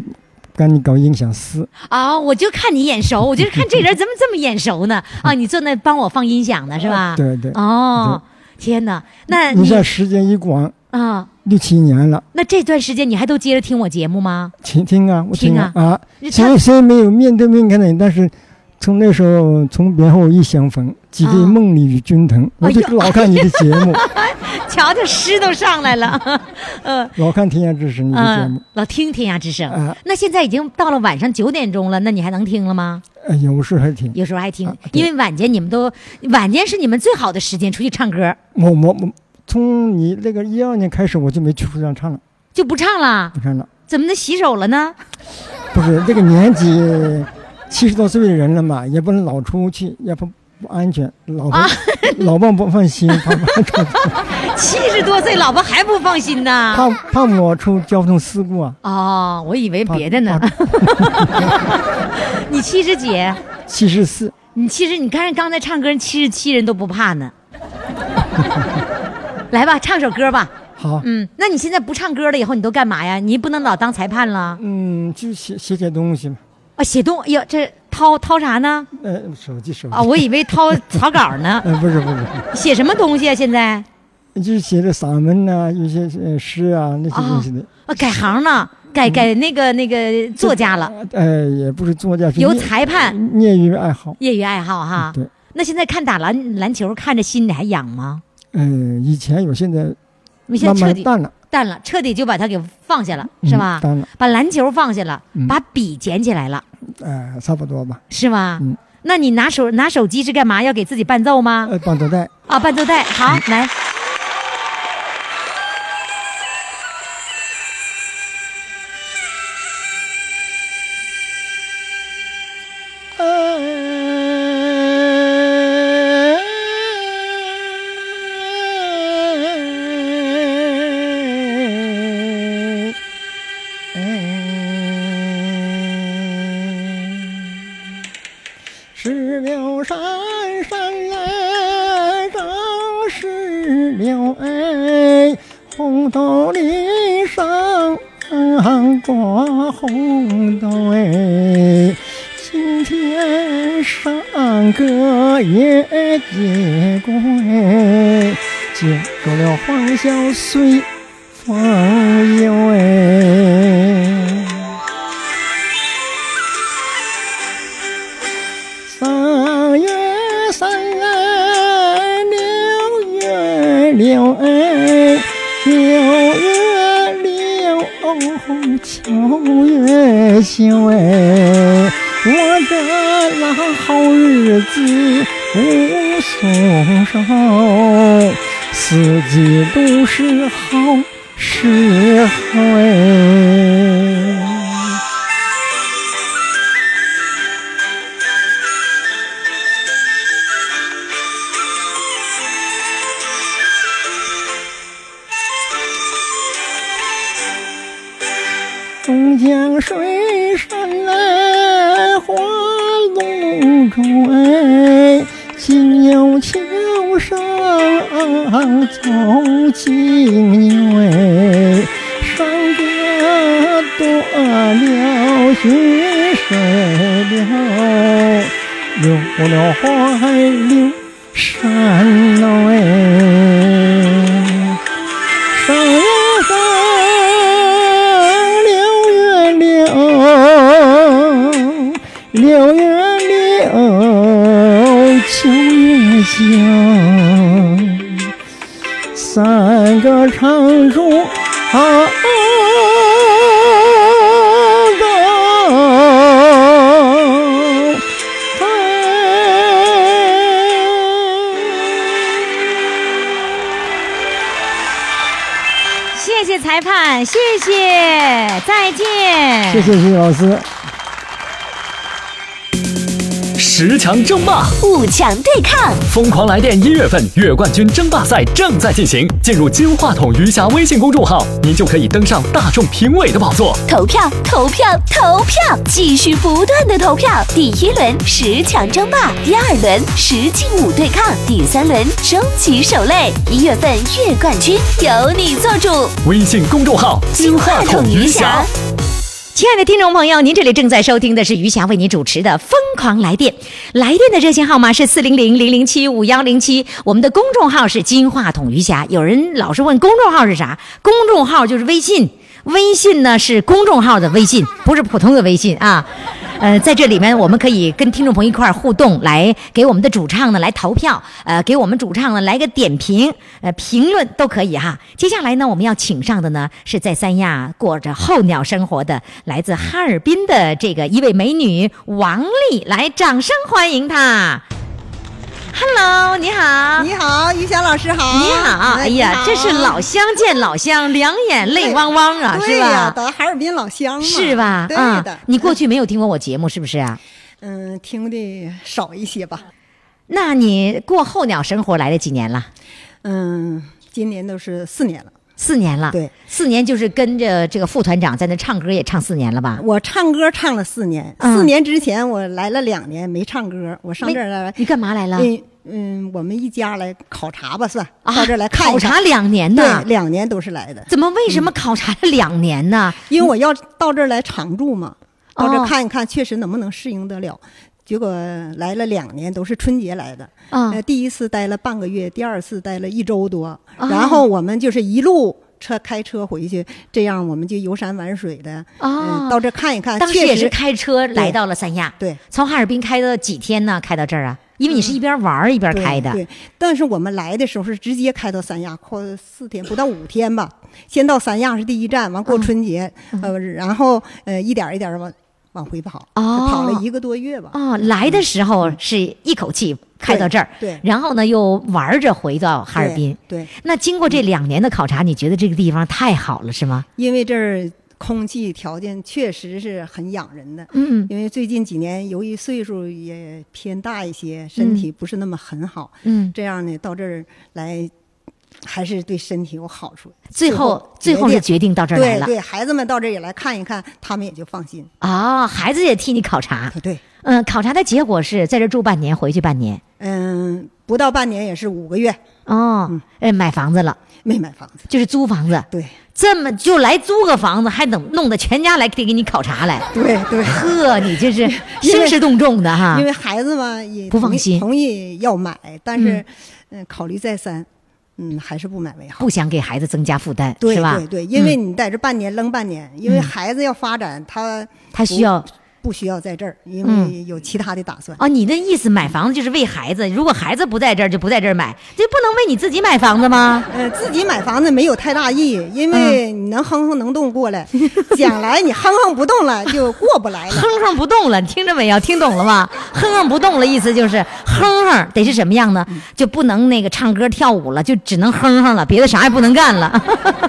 Speaker 10: 赶紧搞音响师，
Speaker 2: 啊！我就看你眼熟，我就看这人怎么这么眼熟呢？啊，你坐那帮我放音响呢是吧？
Speaker 10: 对对，
Speaker 2: 啊
Speaker 10: 嗯
Speaker 2: 哦，天哪！那
Speaker 10: 你
Speaker 2: 你
Speaker 10: 像时间一广
Speaker 2: 啊，
Speaker 10: 六七年了，
Speaker 2: 那这段时间你还都接着听我节目吗？
Speaker 10: 听听啊，我
Speaker 2: 听
Speaker 10: 听
Speaker 2: 啊
Speaker 10: 啊，
Speaker 2: 你
Speaker 10: 虽
Speaker 2: 看
Speaker 10: 然虽然没有面对面看到你，但是从那时候从别后一相逢，几地
Speaker 2: 啊
Speaker 10: 梦里与君同，我就
Speaker 2: 哎呦
Speaker 10: 老看你的节 目，
Speaker 2: 瞧瞧，诗都上来了， 嗯
Speaker 10: 老看《天涯之声》你的节目
Speaker 2: 嗯，老听《天涯之声》
Speaker 10: 啊，
Speaker 2: 那现在已经到了晚上九点钟了，那你还能听了吗？
Speaker 10: 哎有时候还挺。
Speaker 2: 有时候还听
Speaker 10: 啊，对
Speaker 2: 因为晚间你们都晚间是你们最好的时间出去唱歌，
Speaker 10: 我我我，从你那个一二年开始，我就没去出场唱了，
Speaker 2: 就不唱了
Speaker 10: 不，唱了。
Speaker 2: 怎么能洗手了呢？
Speaker 10: 不是这个年纪， 七十多岁的人了嘛，也不能老出去，也不不安全，老
Speaker 2: 啊
Speaker 10: 婆、 老伴不放心， 怕
Speaker 2: 七十多岁老婆还不放心呢。
Speaker 10: 怕怕我出交通事故啊。
Speaker 2: 哦，我以为别的 呢
Speaker 10: 怕。
Speaker 2: 你七十几？
Speaker 10: 七十四，
Speaker 2: 你其实你看刚才唱歌，七十七人都不怕呢。 来吧，唱首歌吧。
Speaker 10: 好，
Speaker 2: 嗯，那你现在不唱歌了，以后你都干嘛呀？你不能老当裁判了
Speaker 10: 嗯，就写写写东西嘛，
Speaker 2: 啊！写东，哎呦，这掏掏啥呢？
Speaker 10: 呃，手机手机。
Speaker 2: 啊，我以为掏草稿呢。
Speaker 10: 呃，不是不是，
Speaker 2: 写什么东西啊？现在
Speaker 10: 就是写的散文呐、有些呃诗啊那些东西的，
Speaker 2: 啊，改行呢，改改那个那个作家了，
Speaker 10: 呃，也不是作家，是
Speaker 2: 由
Speaker 10: 业
Speaker 2: 裁判
Speaker 10: 业余爱好。
Speaker 2: 业余爱好哈。
Speaker 10: 对，
Speaker 2: 那现在看打篮篮球，看着心里还痒吗？
Speaker 10: 嗯、以前有，现在
Speaker 2: 你现
Speaker 10: 慢
Speaker 2: 在彻
Speaker 10: 慢
Speaker 2: 底
Speaker 10: 淡了，
Speaker 2: 淡了，彻底就把它给放下了，
Speaker 10: 嗯
Speaker 2: 是吧？
Speaker 10: 淡了，
Speaker 2: 把篮球放下了，
Speaker 10: 嗯
Speaker 2: 把笔捡起来了，
Speaker 10: 呃，差不多吧。
Speaker 2: 是吧？
Speaker 10: 嗯
Speaker 2: 那你拿手拿手机是干嘛？要给自己伴奏吗？
Speaker 10: 呃， 嗯绑头带，
Speaker 2: 啊，伴奏带，好，来。
Speaker 1: 啊
Speaker 12: 石榴山上来找石榴哎，红豆岭上挂红豆哎。今天上个夜节归，接住了黄小碎风一位。三月三哎，六月六哎，九月六九月秀哎，我的老好日子无松手，四季都是好时候哎。东江水上来花露珠哎，金牛桥上啊走金牛哎，上歌多了雪水流，有了花柳山楼哎。上月三，六月六，六月六，九月九，三个长柱啊。高高
Speaker 2: 谢谢裁判，谢谢，再见。
Speaker 12: 谢谢谢谢老师。
Speaker 5: 十强争霸，
Speaker 8: 五强对抗，
Speaker 5: 疯狂来电！一月份月冠军争霸赛正在进行，进入金话筒余霞微信公众号，您就可以登上大众评委的宝座。
Speaker 8: 投票，投票，投票，继续不断的投票。第一轮十强争霸，第二轮十进五对抗，第三轮终极守擂。一月份月冠军由你做主，
Speaker 5: 微信公众号“金话筒余霞”。
Speaker 2: 亲爱的听众朋友，您这里正在收听的是余霞为您主持的《疯狂来电》，来电的热线号码是四零零零零七五幺零七，我们的公众号是金话筒余霞。有人老是问公众号是啥，公众号就是微信，微信呢是公众号的微信，不是普通的微信啊。呃，在这里面我们可以跟听众朋友一块儿互动，来给我们的主唱呢来投票，呃，给我们主唱呢来个点评，呃，评论都可以哈。接下来呢，我们要请上的呢是在三亚过着候鸟生活的来自哈尔滨的这个一位美女王丽，来掌声欢迎她。Hello，你好。
Speaker 11: 你好，于翔老师好。
Speaker 2: 你好，哎呀，这是老乡见老乡，两眼泪汪汪啊，
Speaker 11: 哎对
Speaker 2: 是
Speaker 11: 呀
Speaker 2: 吧？
Speaker 11: 到哈尔滨老乡嘛，
Speaker 2: 是吧？
Speaker 11: 对
Speaker 2: 啊
Speaker 11: 的，
Speaker 2: 你过去没有听过我节目是不是啊？
Speaker 11: 嗯，听的少一些吧。
Speaker 2: 那你过候鸟生活来了几年了？
Speaker 11: 嗯，今年都是四年了。
Speaker 2: 四年了。
Speaker 11: 对，
Speaker 2: 四年就是跟着这个副团长在那唱歌，也唱四年了吧？
Speaker 11: 我唱歌唱了四年，
Speaker 2: 嗯
Speaker 11: 四年之前我来了两年没唱歌，我上这儿来，
Speaker 2: 你干嘛来了？
Speaker 11: 嗯嗯，我们一家来考察吧，算
Speaker 2: 啊
Speaker 11: 到这儿来看一
Speaker 2: 考
Speaker 11: 看
Speaker 2: 察两年呢
Speaker 11: 对，？两年都是来的，
Speaker 2: 怎么为什么考察了两年呢？
Speaker 11: 因为我要到这儿来常住嘛，
Speaker 2: 哦
Speaker 11: 到这儿看一看，确实能不能适应得了。结果来了两年，都是春节来的。
Speaker 2: 啊
Speaker 11: 呃，第一次待了半个月，第二次待了一周多，
Speaker 2: 哦
Speaker 11: 然后我们就是一路车开车回去，这样我们就游山玩水的，
Speaker 2: 哦
Speaker 11: 嗯，到这儿看一看。
Speaker 2: 当时
Speaker 11: 确
Speaker 2: 也
Speaker 11: 实
Speaker 2: 是开车来到了三亚，
Speaker 11: 对
Speaker 2: 从哈尔滨开了几天呢？开到这儿啊？因为你是一边玩儿一边
Speaker 11: 对
Speaker 2: 开的，
Speaker 11: 嗯对，但是我们来的时候是直接开到三亚，快四天不到五天吧。先到三亚是第一站，完
Speaker 2: 嗯
Speaker 11: 过春节，呃，然后呃一点儿一点儿往往回跑，
Speaker 2: 哦
Speaker 11: 跑了一个多月吧。
Speaker 2: 哦，来的时候是一口气开到这儿，
Speaker 11: 嗯对对
Speaker 2: 然后呢又玩着回到哈尔滨。
Speaker 11: 对对
Speaker 2: 那经过这两年的考察，你觉得这个地方太好了是吗？
Speaker 11: 因为这儿空气条件确实是很养人的。
Speaker 2: 嗯
Speaker 11: 因为最近几年由于岁数也偏大一些，身体不是那么很好，
Speaker 2: 嗯
Speaker 11: 这样呢到这儿来还是对身体有好处。
Speaker 2: 最后最后是决定到这儿来了
Speaker 11: 对对，孩子们到这里来看一看，他们也就放心。
Speaker 2: 啊、孩子也替你考察。
Speaker 11: 对，
Speaker 2: 嗯，考察的结果是在这儿住半年，回去半年。
Speaker 11: 嗯，不到半年也是五个月，
Speaker 2: 哦，
Speaker 11: 嗯
Speaker 2: 哎、买房子了？
Speaker 11: 没买房子，
Speaker 2: 就是租房子。
Speaker 11: 对，
Speaker 2: 这么就来租个房子，还等弄得全家来得给你考察来。
Speaker 11: 对 对
Speaker 2: 呵，你这是 兴师动众的哈。
Speaker 11: 因为孩子嘛也
Speaker 2: 啊不放
Speaker 11: 同意
Speaker 2: 心
Speaker 11: 同意要买，但是
Speaker 2: 嗯
Speaker 11: 嗯，考虑再三，嗯，还是不买为好。
Speaker 2: 不想给孩子增加负担，
Speaker 11: 对
Speaker 2: 是吧？
Speaker 11: 对对，因为
Speaker 2: 嗯
Speaker 11: 你在这半年扔半年，因为
Speaker 2: 嗯
Speaker 11: 孩子要发展，他不
Speaker 2: 他需要
Speaker 11: 不需要在这儿，因为
Speaker 2: 嗯
Speaker 11: 有其他的打算。
Speaker 2: 哦，你的意思买房子就是为孩子，如果孩子不在这儿，就不在这儿买，这不能为你自己买房子吗？
Speaker 11: 呃，自己买房子没有太大意义，因为
Speaker 2: 嗯
Speaker 11: 你能哼哼能动过来，将来你哼哼不动了就过不来了。
Speaker 2: 哼哼不动了，你听着没有？听懂了吗？哼哼不动了，意思就是哼哼得是什么样呢？就不能那个唱歌跳舞了，就只能哼哼了，别的啥也不能干了，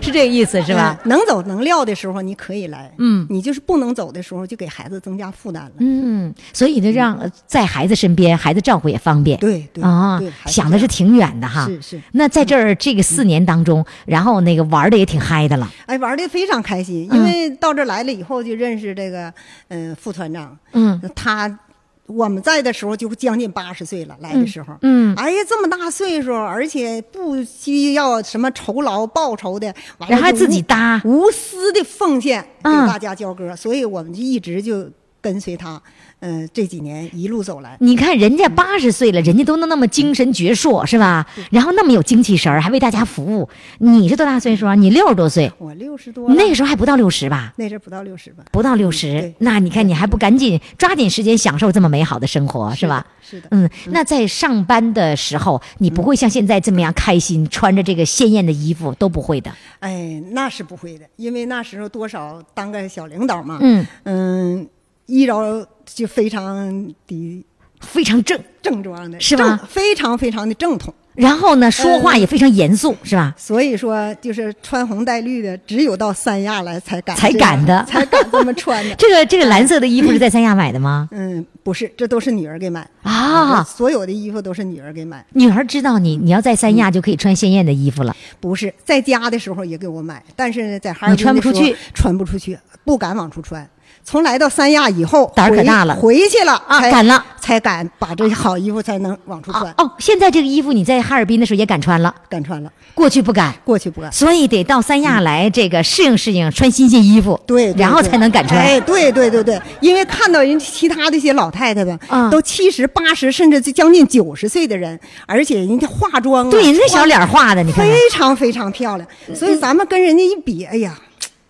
Speaker 2: 是这个意思是吧？
Speaker 11: 嗯能走能撂的时候你可以来，
Speaker 2: 嗯
Speaker 11: 你就是不能走的时候就给孩子增加负担了。
Speaker 2: 嗯，所以就让呃在孩子身边，孩子照顾也方便。
Speaker 11: 对对
Speaker 2: 啊、
Speaker 11: 对还是
Speaker 2: 想的是啊挺远的哈。
Speaker 11: 是是。
Speaker 2: 那在这儿这个四年当中，然后那个玩的也挺嗨的了。
Speaker 11: 哎，玩的非常开心，
Speaker 2: 嗯
Speaker 11: 因为到这儿来了以后就认识这个嗯、呃副团长，
Speaker 2: 嗯，
Speaker 11: 他我们在的时候就将近八十岁了，来的时候，
Speaker 2: 嗯嗯
Speaker 11: 哎呀这么大岁数，而且不需要什么酬劳报酬的，完了
Speaker 2: 然后还
Speaker 11: 就
Speaker 2: 自己
Speaker 11: 无
Speaker 2: 搭
Speaker 11: 无私的奉献给
Speaker 2: 嗯
Speaker 11: 大家交割，所以我们就一直就跟随他，嗯、这几年一路走来。
Speaker 2: 你看人家八十岁了，人家都能那么精神矍铄，是吧？然后那么有精气神儿，还为大家服务。你是多大岁数啊？你六十多岁，
Speaker 11: 我六十多了，
Speaker 2: 那时候还不到六十吧？
Speaker 11: 那阵儿不到六十吧？
Speaker 2: 不到六十
Speaker 11: 对，
Speaker 2: 那你看你还不赶紧抓紧时间享受这么美好的生活，是吧？
Speaker 11: 是的，嗯
Speaker 2: 嗯，那在上班的时候，你不会像现在这么样开心，穿着这个鲜艳的衣服都不会的。
Speaker 11: 哎，那是不会的，因为那时候多少当个小领导嘛，
Speaker 2: 嗯
Speaker 11: 嗯，衣着就非常的
Speaker 2: 非常正，
Speaker 11: 正装的，
Speaker 2: 是吧
Speaker 11: 正非常非常的正统，
Speaker 2: 然后呢，说话也非常严肃，是吧？
Speaker 11: 所以说就是穿红带绿的，只有到三亚来才敢
Speaker 2: 才
Speaker 11: 这样
Speaker 2: 敢的。
Speaker 11: 才敢这么穿的
Speaker 2: 这个这个蓝色的衣服是在三亚买的吗？
Speaker 11: 嗯，不是，这都是女儿给买
Speaker 2: 啊
Speaker 11: 我所有的衣服都是女儿给买，
Speaker 2: 女儿知道你你要在三亚就可以穿鲜艳的衣服了。
Speaker 11: 不是在家的时候也给我买，但是呢，在哈尔
Speaker 2: 你
Speaker 11: 滨
Speaker 2: 穿
Speaker 11: 的
Speaker 2: 不出
Speaker 11: 时候
Speaker 2: 去
Speaker 11: 穿不出去，不敢往出穿。从来到三亚以后，
Speaker 2: 胆儿可
Speaker 11: 回
Speaker 2: 大了
Speaker 11: 回去了
Speaker 2: 啊
Speaker 11: 才
Speaker 2: 敢了，
Speaker 11: 才敢把这好衣服才能往出穿，
Speaker 2: 哦，现在这个衣服你在哈尔滨的时候也敢穿了，
Speaker 11: 敢穿了。
Speaker 2: 过去不敢，
Speaker 11: 过去不敢，
Speaker 2: 所以得到三亚来这个适应适应，穿新鲜衣服，
Speaker 11: 对，对
Speaker 2: 然后
Speaker 11: 对
Speaker 2: 才能敢穿。
Speaker 11: 哎，对对对对，因为看到人其他的一些老太太吧，
Speaker 2: 嗯
Speaker 11: 都七十八十，甚至就将近九十岁的人，而且人家化妆啊，
Speaker 2: 对，人家
Speaker 11: 化
Speaker 2: 小脸画的，你看看。
Speaker 11: 非常非常漂亮，所以咱们跟人家一比，哎呀，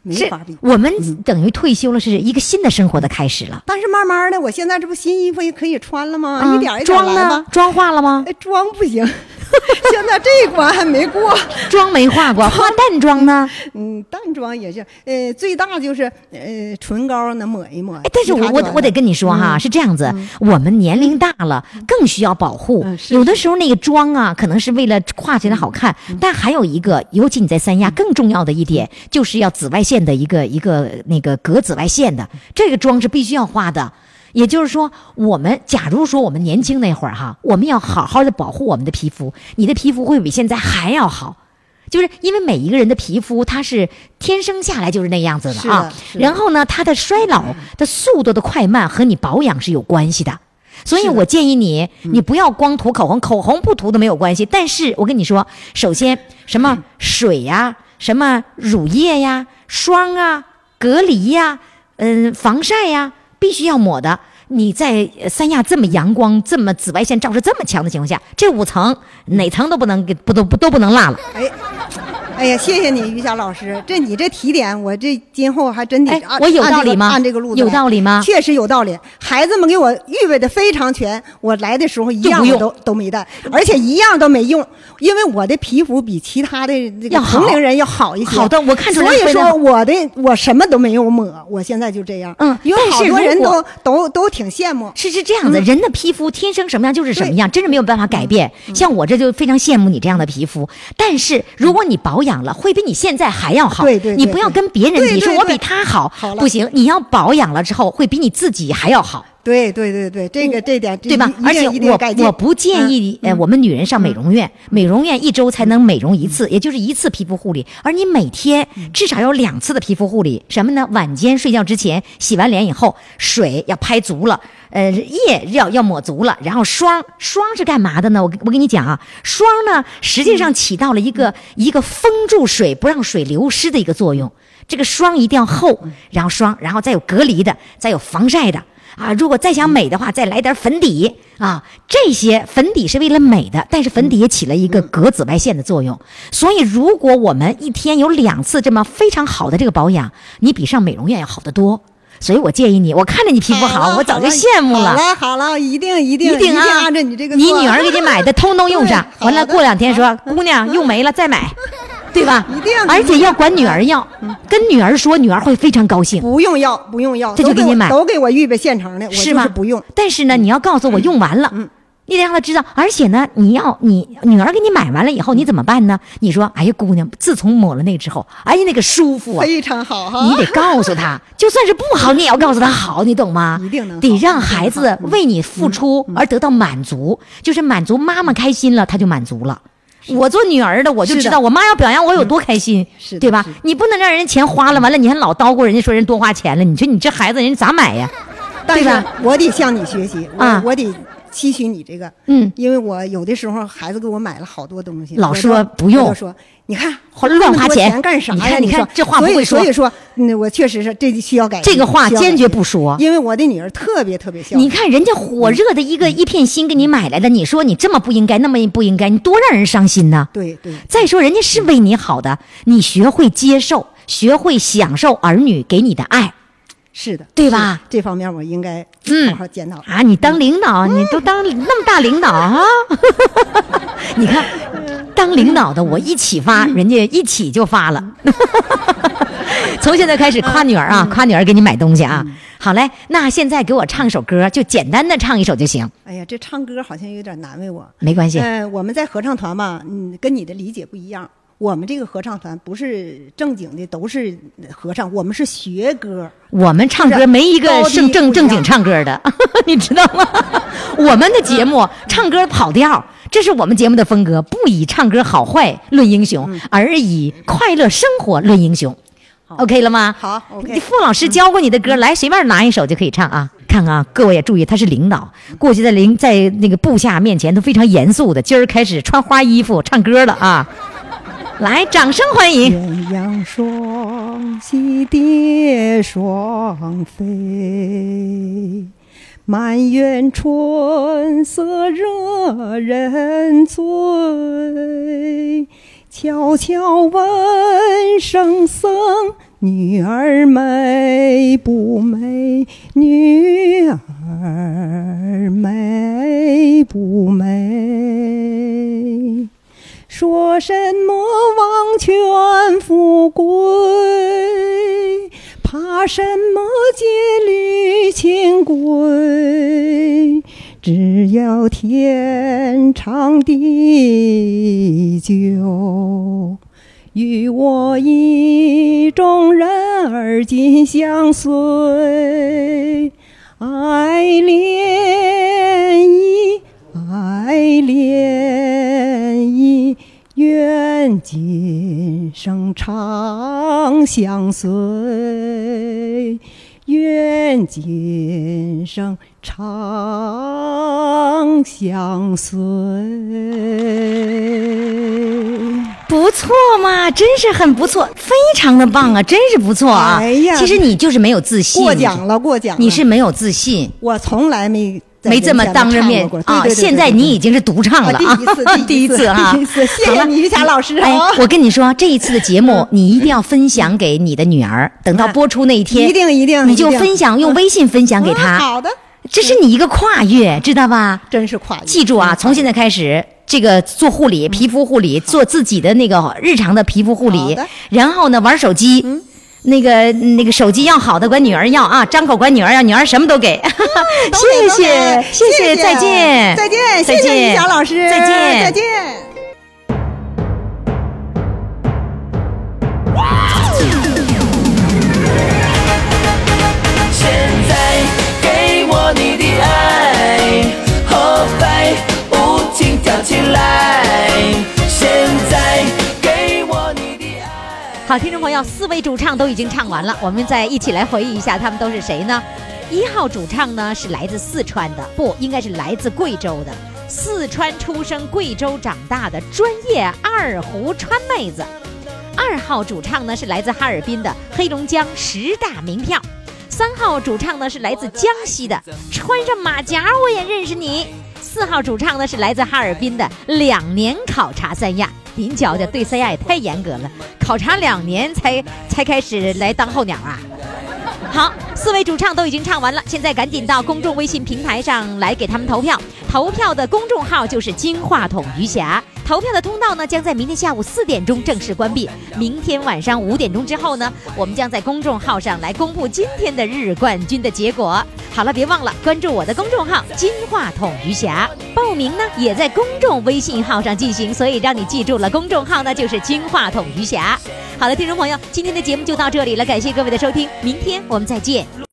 Speaker 11: 没
Speaker 2: 是
Speaker 11: 法比。
Speaker 2: 我们等于退休了，是一个新的生活的开始了。
Speaker 11: 但是慢慢的，我现在这不新衣服也可以穿了吗？
Speaker 2: 啊
Speaker 11: 一点儿一点儿
Speaker 2: 妆
Speaker 11: 来
Speaker 2: 呢
Speaker 11: 吧？。
Speaker 2: 妆化了吗
Speaker 11: 哎？，妆不行，现在这一关还没过。
Speaker 2: 妆没化过，化淡妆呢？
Speaker 11: 嗯，淡妆也是，呃，最大就是呃，唇膏能抹一抹。嗯
Speaker 2: 哎，但
Speaker 11: 其
Speaker 2: 是我
Speaker 11: 他
Speaker 2: 我
Speaker 11: 就完
Speaker 2: 我得
Speaker 11: 了
Speaker 2: 跟你说哈，是这样子，我们年龄大了，更需要保护。
Speaker 11: 嗯是嗯
Speaker 2: 有的时候那个妆啊，可能是为了画起来好看，但还有一个，尤其你在三亚，更重要的一点
Speaker 11: 嗯
Speaker 2: 就是要紫外线的一个一个那个隔紫外线
Speaker 11: 嗯
Speaker 2: 的这个妆是必须要化的。也就是说，我们假如说我们年轻那会儿哈，我们要好好的保护我们的皮肤，你的皮肤会比现在还要好。就是因为每一个人的皮肤，它是天生下来就是那样子
Speaker 11: 是
Speaker 2: 的
Speaker 11: 的
Speaker 2: 啊。
Speaker 11: 是的嗯
Speaker 2: 然后呢，它的衰老的速度的快慢和你保养是有关系的。所以我建议你，
Speaker 11: 嗯
Speaker 2: 你不要光涂口红，口红不涂都没有关系。但是我跟你说，首先什
Speaker 11: 嗯
Speaker 2: 么水呀、什么乳液呀、霜啊、隔离呀、嗯、防晒呀、必须要抹的。你在呃三亚这么阳光、这么紫外线照射这么强的情况下，这五层哪层都不能给不都不都不能落了。
Speaker 11: 哎。哎呀，谢谢你，于霞老师，这你这提点，我这今后还真得
Speaker 2: 哎
Speaker 11: 按、
Speaker 2: 我有
Speaker 11: 按这
Speaker 2: 道理
Speaker 11: 个
Speaker 2: 吗
Speaker 11: 按这个路子
Speaker 2: 有
Speaker 11: 来
Speaker 2: 道理吗
Speaker 11: 确实有道理。孩子们给我预备的非常全，我来的时候一
Speaker 2: 就
Speaker 11: 样
Speaker 2: 不
Speaker 11: 我
Speaker 2: 用
Speaker 11: 都都没带，而且一样都没用，因为我的皮肤比其他的这个
Speaker 2: 要好
Speaker 11: 同龄人要好一些。
Speaker 2: 好的我看出来
Speaker 11: 所以
Speaker 2: 非
Speaker 11: 说
Speaker 2: 常
Speaker 11: 我的我什么都没有抹，我现在就这样。
Speaker 2: 嗯
Speaker 11: 因为
Speaker 2: 但
Speaker 11: 好
Speaker 2: 是
Speaker 11: 多
Speaker 2: 如
Speaker 11: 人
Speaker 2: 果
Speaker 11: 都都都挺羡慕。
Speaker 2: 是是这样
Speaker 11: 嗯
Speaker 2: 的，人的皮肤天生什么样就是
Speaker 11: 嗯
Speaker 2: 什么样，真是没有办法改变。像我这就非常羡慕你这样的皮肤，但是如果你保养了，会比你现在还要好。
Speaker 11: 对对对
Speaker 2: 你不要跟别人
Speaker 11: 对对
Speaker 2: 比，说我
Speaker 11: 对
Speaker 2: 比他好
Speaker 11: 好，了
Speaker 2: 不行，你要保养了之后，会比你自己还要好。
Speaker 11: 对对对对，这个这点
Speaker 2: 嗯对吧？
Speaker 11: 一
Speaker 2: 而
Speaker 11: 定
Speaker 2: 且
Speaker 11: 一定
Speaker 2: 我
Speaker 11: 改进
Speaker 2: 我不建议
Speaker 11: 嗯
Speaker 2: 你，呃，我们女人上美容院，美容院一周才能美容一次，也就是一次皮肤护理，而你每天
Speaker 11: 嗯
Speaker 2: 至少要两次的皮肤护理，什么呢？晚间睡觉之前，洗完脸以后，水要拍足了，呃，液要要抹足了，然后霜霜是干嘛的呢？我我跟你讲啊，霜呢实际
Speaker 11: 嗯
Speaker 2: 上起到了一个一个封住水，不让水流失的一个作用。这个霜一定要厚，
Speaker 11: 嗯
Speaker 2: 然后霜，然后再有隔离的，再有防晒的。啊，如果再想美的话，再来点粉底啊。这些粉底是为了美的，但是粉底也起了一个隔紫外线的作用。所以，如果我们一天有两次这么非常好的这个保养，你比上美容院要好得多。所以我建议你，我看着你皮肤好，我早就羡慕
Speaker 11: 好了好了，一定一定
Speaker 2: 一定啊
Speaker 11: 按照你这个做，
Speaker 2: 你女儿给你买的，通通用 上。完了，过两天说姑娘用没了再买， 对吧？
Speaker 11: 一定要
Speaker 2: 而且要嗯管女儿要，跟女儿说，女儿会非常高兴。
Speaker 11: 不用药不用药，
Speaker 2: 这就
Speaker 11: 都
Speaker 2: 给你
Speaker 11: 我
Speaker 2: 买
Speaker 11: 都给我预备现成的，我
Speaker 2: 是
Speaker 11: 就
Speaker 2: 吗？
Speaker 11: 是不用。。嗯
Speaker 2: 但是呢，你要告诉我用完了，你得让他知道。而且呢，你要你女儿给你买完了以后，你怎么办呢？你说，哎呀，姑娘，自从抹了那之后，哎呀，那个舒服啊！
Speaker 11: 非常好哈，
Speaker 2: 你得告诉 他，就算是不好，你也要告诉他好，你懂吗？
Speaker 11: 一定能好嗯
Speaker 2: 得让孩子为你付出而得到满足，就是满足妈妈开心了，他就满足了。我做女儿的，我就是
Speaker 11: 的嗯
Speaker 2: 知道我妈要表扬我有多开心，
Speaker 11: 是的
Speaker 2: 对吧
Speaker 11: 是的？
Speaker 2: 你不能让人钱花了，完了你还老叨咕人家说人多花钱了，你说你这孩子人家咋买呀？
Speaker 11: 但
Speaker 2: 对
Speaker 11: 是
Speaker 2: 吧
Speaker 11: 我得向你学习，我、
Speaker 2: 啊
Speaker 11: 我得期许你这个，
Speaker 2: 嗯
Speaker 11: 因为我有的时候孩子给我买了好多东西，
Speaker 2: 老
Speaker 11: 我
Speaker 2: 说
Speaker 11: 都
Speaker 2: 不用
Speaker 11: 我就说你看
Speaker 2: 花乱
Speaker 11: 那么
Speaker 2: 花
Speaker 11: 多
Speaker 2: 钱
Speaker 11: 钱干啥
Speaker 2: 你
Speaker 11: 呀？
Speaker 2: 看你看
Speaker 11: 说
Speaker 2: 这话不
Speaker 11: 所以
Speaker 2: 会说
Speaker 11: 所以说，嗯，我确实是这需要改进，
Speaker 2: 这个话
Speaker 11: 需要改
Speaker 2: 坚决
Speaker 11: 进
Speaker 2: 不说
Speaker 11: 因为我的女儿特别特别孝顺，
Speaker 2: 你看人家火热的一个一片心给你买来的，你说你这么不应该，那么不应该，你多让人伤心呢？
Speaker 11: 对对，
Speaker 2: 再说人家是为你好的，你学会接受，学会享受儿女给你的爱
Speaker 11: 是的，
Speaker 2: 对吧
Speaker 11: 是的？这方面我应该
Speaker 2: 嗯
Speaker 11: 好好检讨。
Speaker 2: 啊！你当领导，你都当那么大领导啊！你看，当领导的我一起发，人家一起就发了。 从现在开始夸女儿啊，夸女儿给你买东西啊。好嘞，那现在给我唱首歌，就简单的唱一首就行，
Speaker 11: 哎呀，这唱歌好像有点难为我。
Speaker 2: 没关系。
Speaker 11: 呃，我们在合唱团嘛，嗯，跟你的理解不一样。我们这个合唱团不是正经的，都是合唱，我们是学歌。
Speaker 2: 我们唱歌没一个
Speaker 11: 高低
Speaker 2: 正正
Speaker 11: 不一
Speaker 2: 正
Speaker 11: 样
Speaker 2: 经唱歌的， 你知道 吗？我们的节目唱歌跑调，这是我们节目的风格，不以唱歌好坏论英雄，而以快乐生活论英雄。OK 了吗？
Speaker 11: 嗯好，OK 嗯
Speaker 2: 你傅老师教过你的歌，来随便拿一首就可以唱啊。看看啊，各位也注意，他是领导，
Speaker 11: 嗯
Speaker 2: 过去在领在那个部下面前都非常严肃的，今儿开始穿花衣服唱歌了 啊！来，掌声欢迎。
Speaker 11: 鸳鸯双栖蝶双飞，满园春色惹人醉。悄悄问声僧，女儿美不美？女儿美不美？说什么王权富贵，怕什么戒律清规？只要天长地久，与我意中人儿紧相随，爱恋意。爱涟漪，愿今生长相随，愿今生长相随。
Speaker 2: 不错嘛，真是很不错，非常的棒啊，真是不错啊。
Speaker 11: 哎呀
Speaker 2: 其实你就是没有自信，
Speaker 11: 过奖了，过奖了！
Speaker 2: 你是没有自信，
Speaker 11: 我从来没在
Speaker 2: 没这么
Speaker 11: 人前
Speaker 2: 当着
Speaker 11: 唱
Speaker 2: 面
Speaker 11: 过歌
Speaker 2: 啊。
Speaker 11: 对对对对
Speaker 2: 现在
Speaker 11: 对
Speaker 2: 你已经是独唱了啊，
Speaker 11: 啊 第一次第一次
Speaker 2: 啊，
Speaker 11: 第一次谢谢
Speaker 2: 好了
Speaker 11: 你于霞老师嗯啊
Speaker 2: 哎，我跟你说，这一次的节目你一定要分享给你的女儿，等到播出那一
Speaker 11: 嗯
Speaker 2: 天，
Speaker 11: 一定一定
Speaker 2: 你就
Speaker 11: 一定
Speaker 2: 分享用微信分享给
Speaker 11: 嗯
Speaker 2: 她，
Speaker 11: 好的，
Speaker 2: 这是你一个跨越，知道吧？
Speaker 11: 真是跨越。
Speaker 2: 记住啊，从现在开始，这个做护理、皮肤护理，做自己的那个日常的皮肤护
Speaker 11: 好
Speaker 2: 理
Speaker 11: 的，嗯
Speaker 2: 然后呢，玩手机。那个那个手机要好的管女儿要啊，张口管女儿要，女儿什么都给。 谢
Speaker 11: 嗯都给
Speaker 2: 谢
Speaker 11: 谢
Speaker 2: 谢，再见
Speaker 11: 再见，
Speaker 2: 再
Speaker 11: 谢谢于
Speaker 2: 见，
Speaker 11: 霞老师，
Speaker 2: 再见
Speaker 11: 再见。
Speaker 2: 好，听众朋友，四位主唱都已经唱完了，我们再一起来回忆一下，他们都是谁呢？一号主唱呢是来自四川的，不应该是来自贵州的，四川出生、贵州长大的专业二胡川妹子。二号主唱呢是来自哈尔滨的黑龙江十大名票。三号主唱呢是来自江西的，穿上马甲我也认识你。四号主唱呢是来自哈尔滨的，两年考察三亚。您瞧瞧，对三亚也太严格了，考察两年才才开始来当候鸟啊。好，四位主唱都已经唱完了，现在赶紧到公众微信平台上来给他们投票。投票的公众号就是“金话筒余霞”，投票的通道呢将在明天下午四点钟正式关闭。明天晚上五点钟之后呢，我们将在公众号上来公布今天的日冠军的结果。好了，别忘了关注我的公众号“金话筒余霞”，报名呢也在公众微信号上进行，所以让你记住了，公众号呢就是“金话筒余霞”。好了，听众朋友，今天的节目就到这里了，感谢各位的收听，明天我们再见。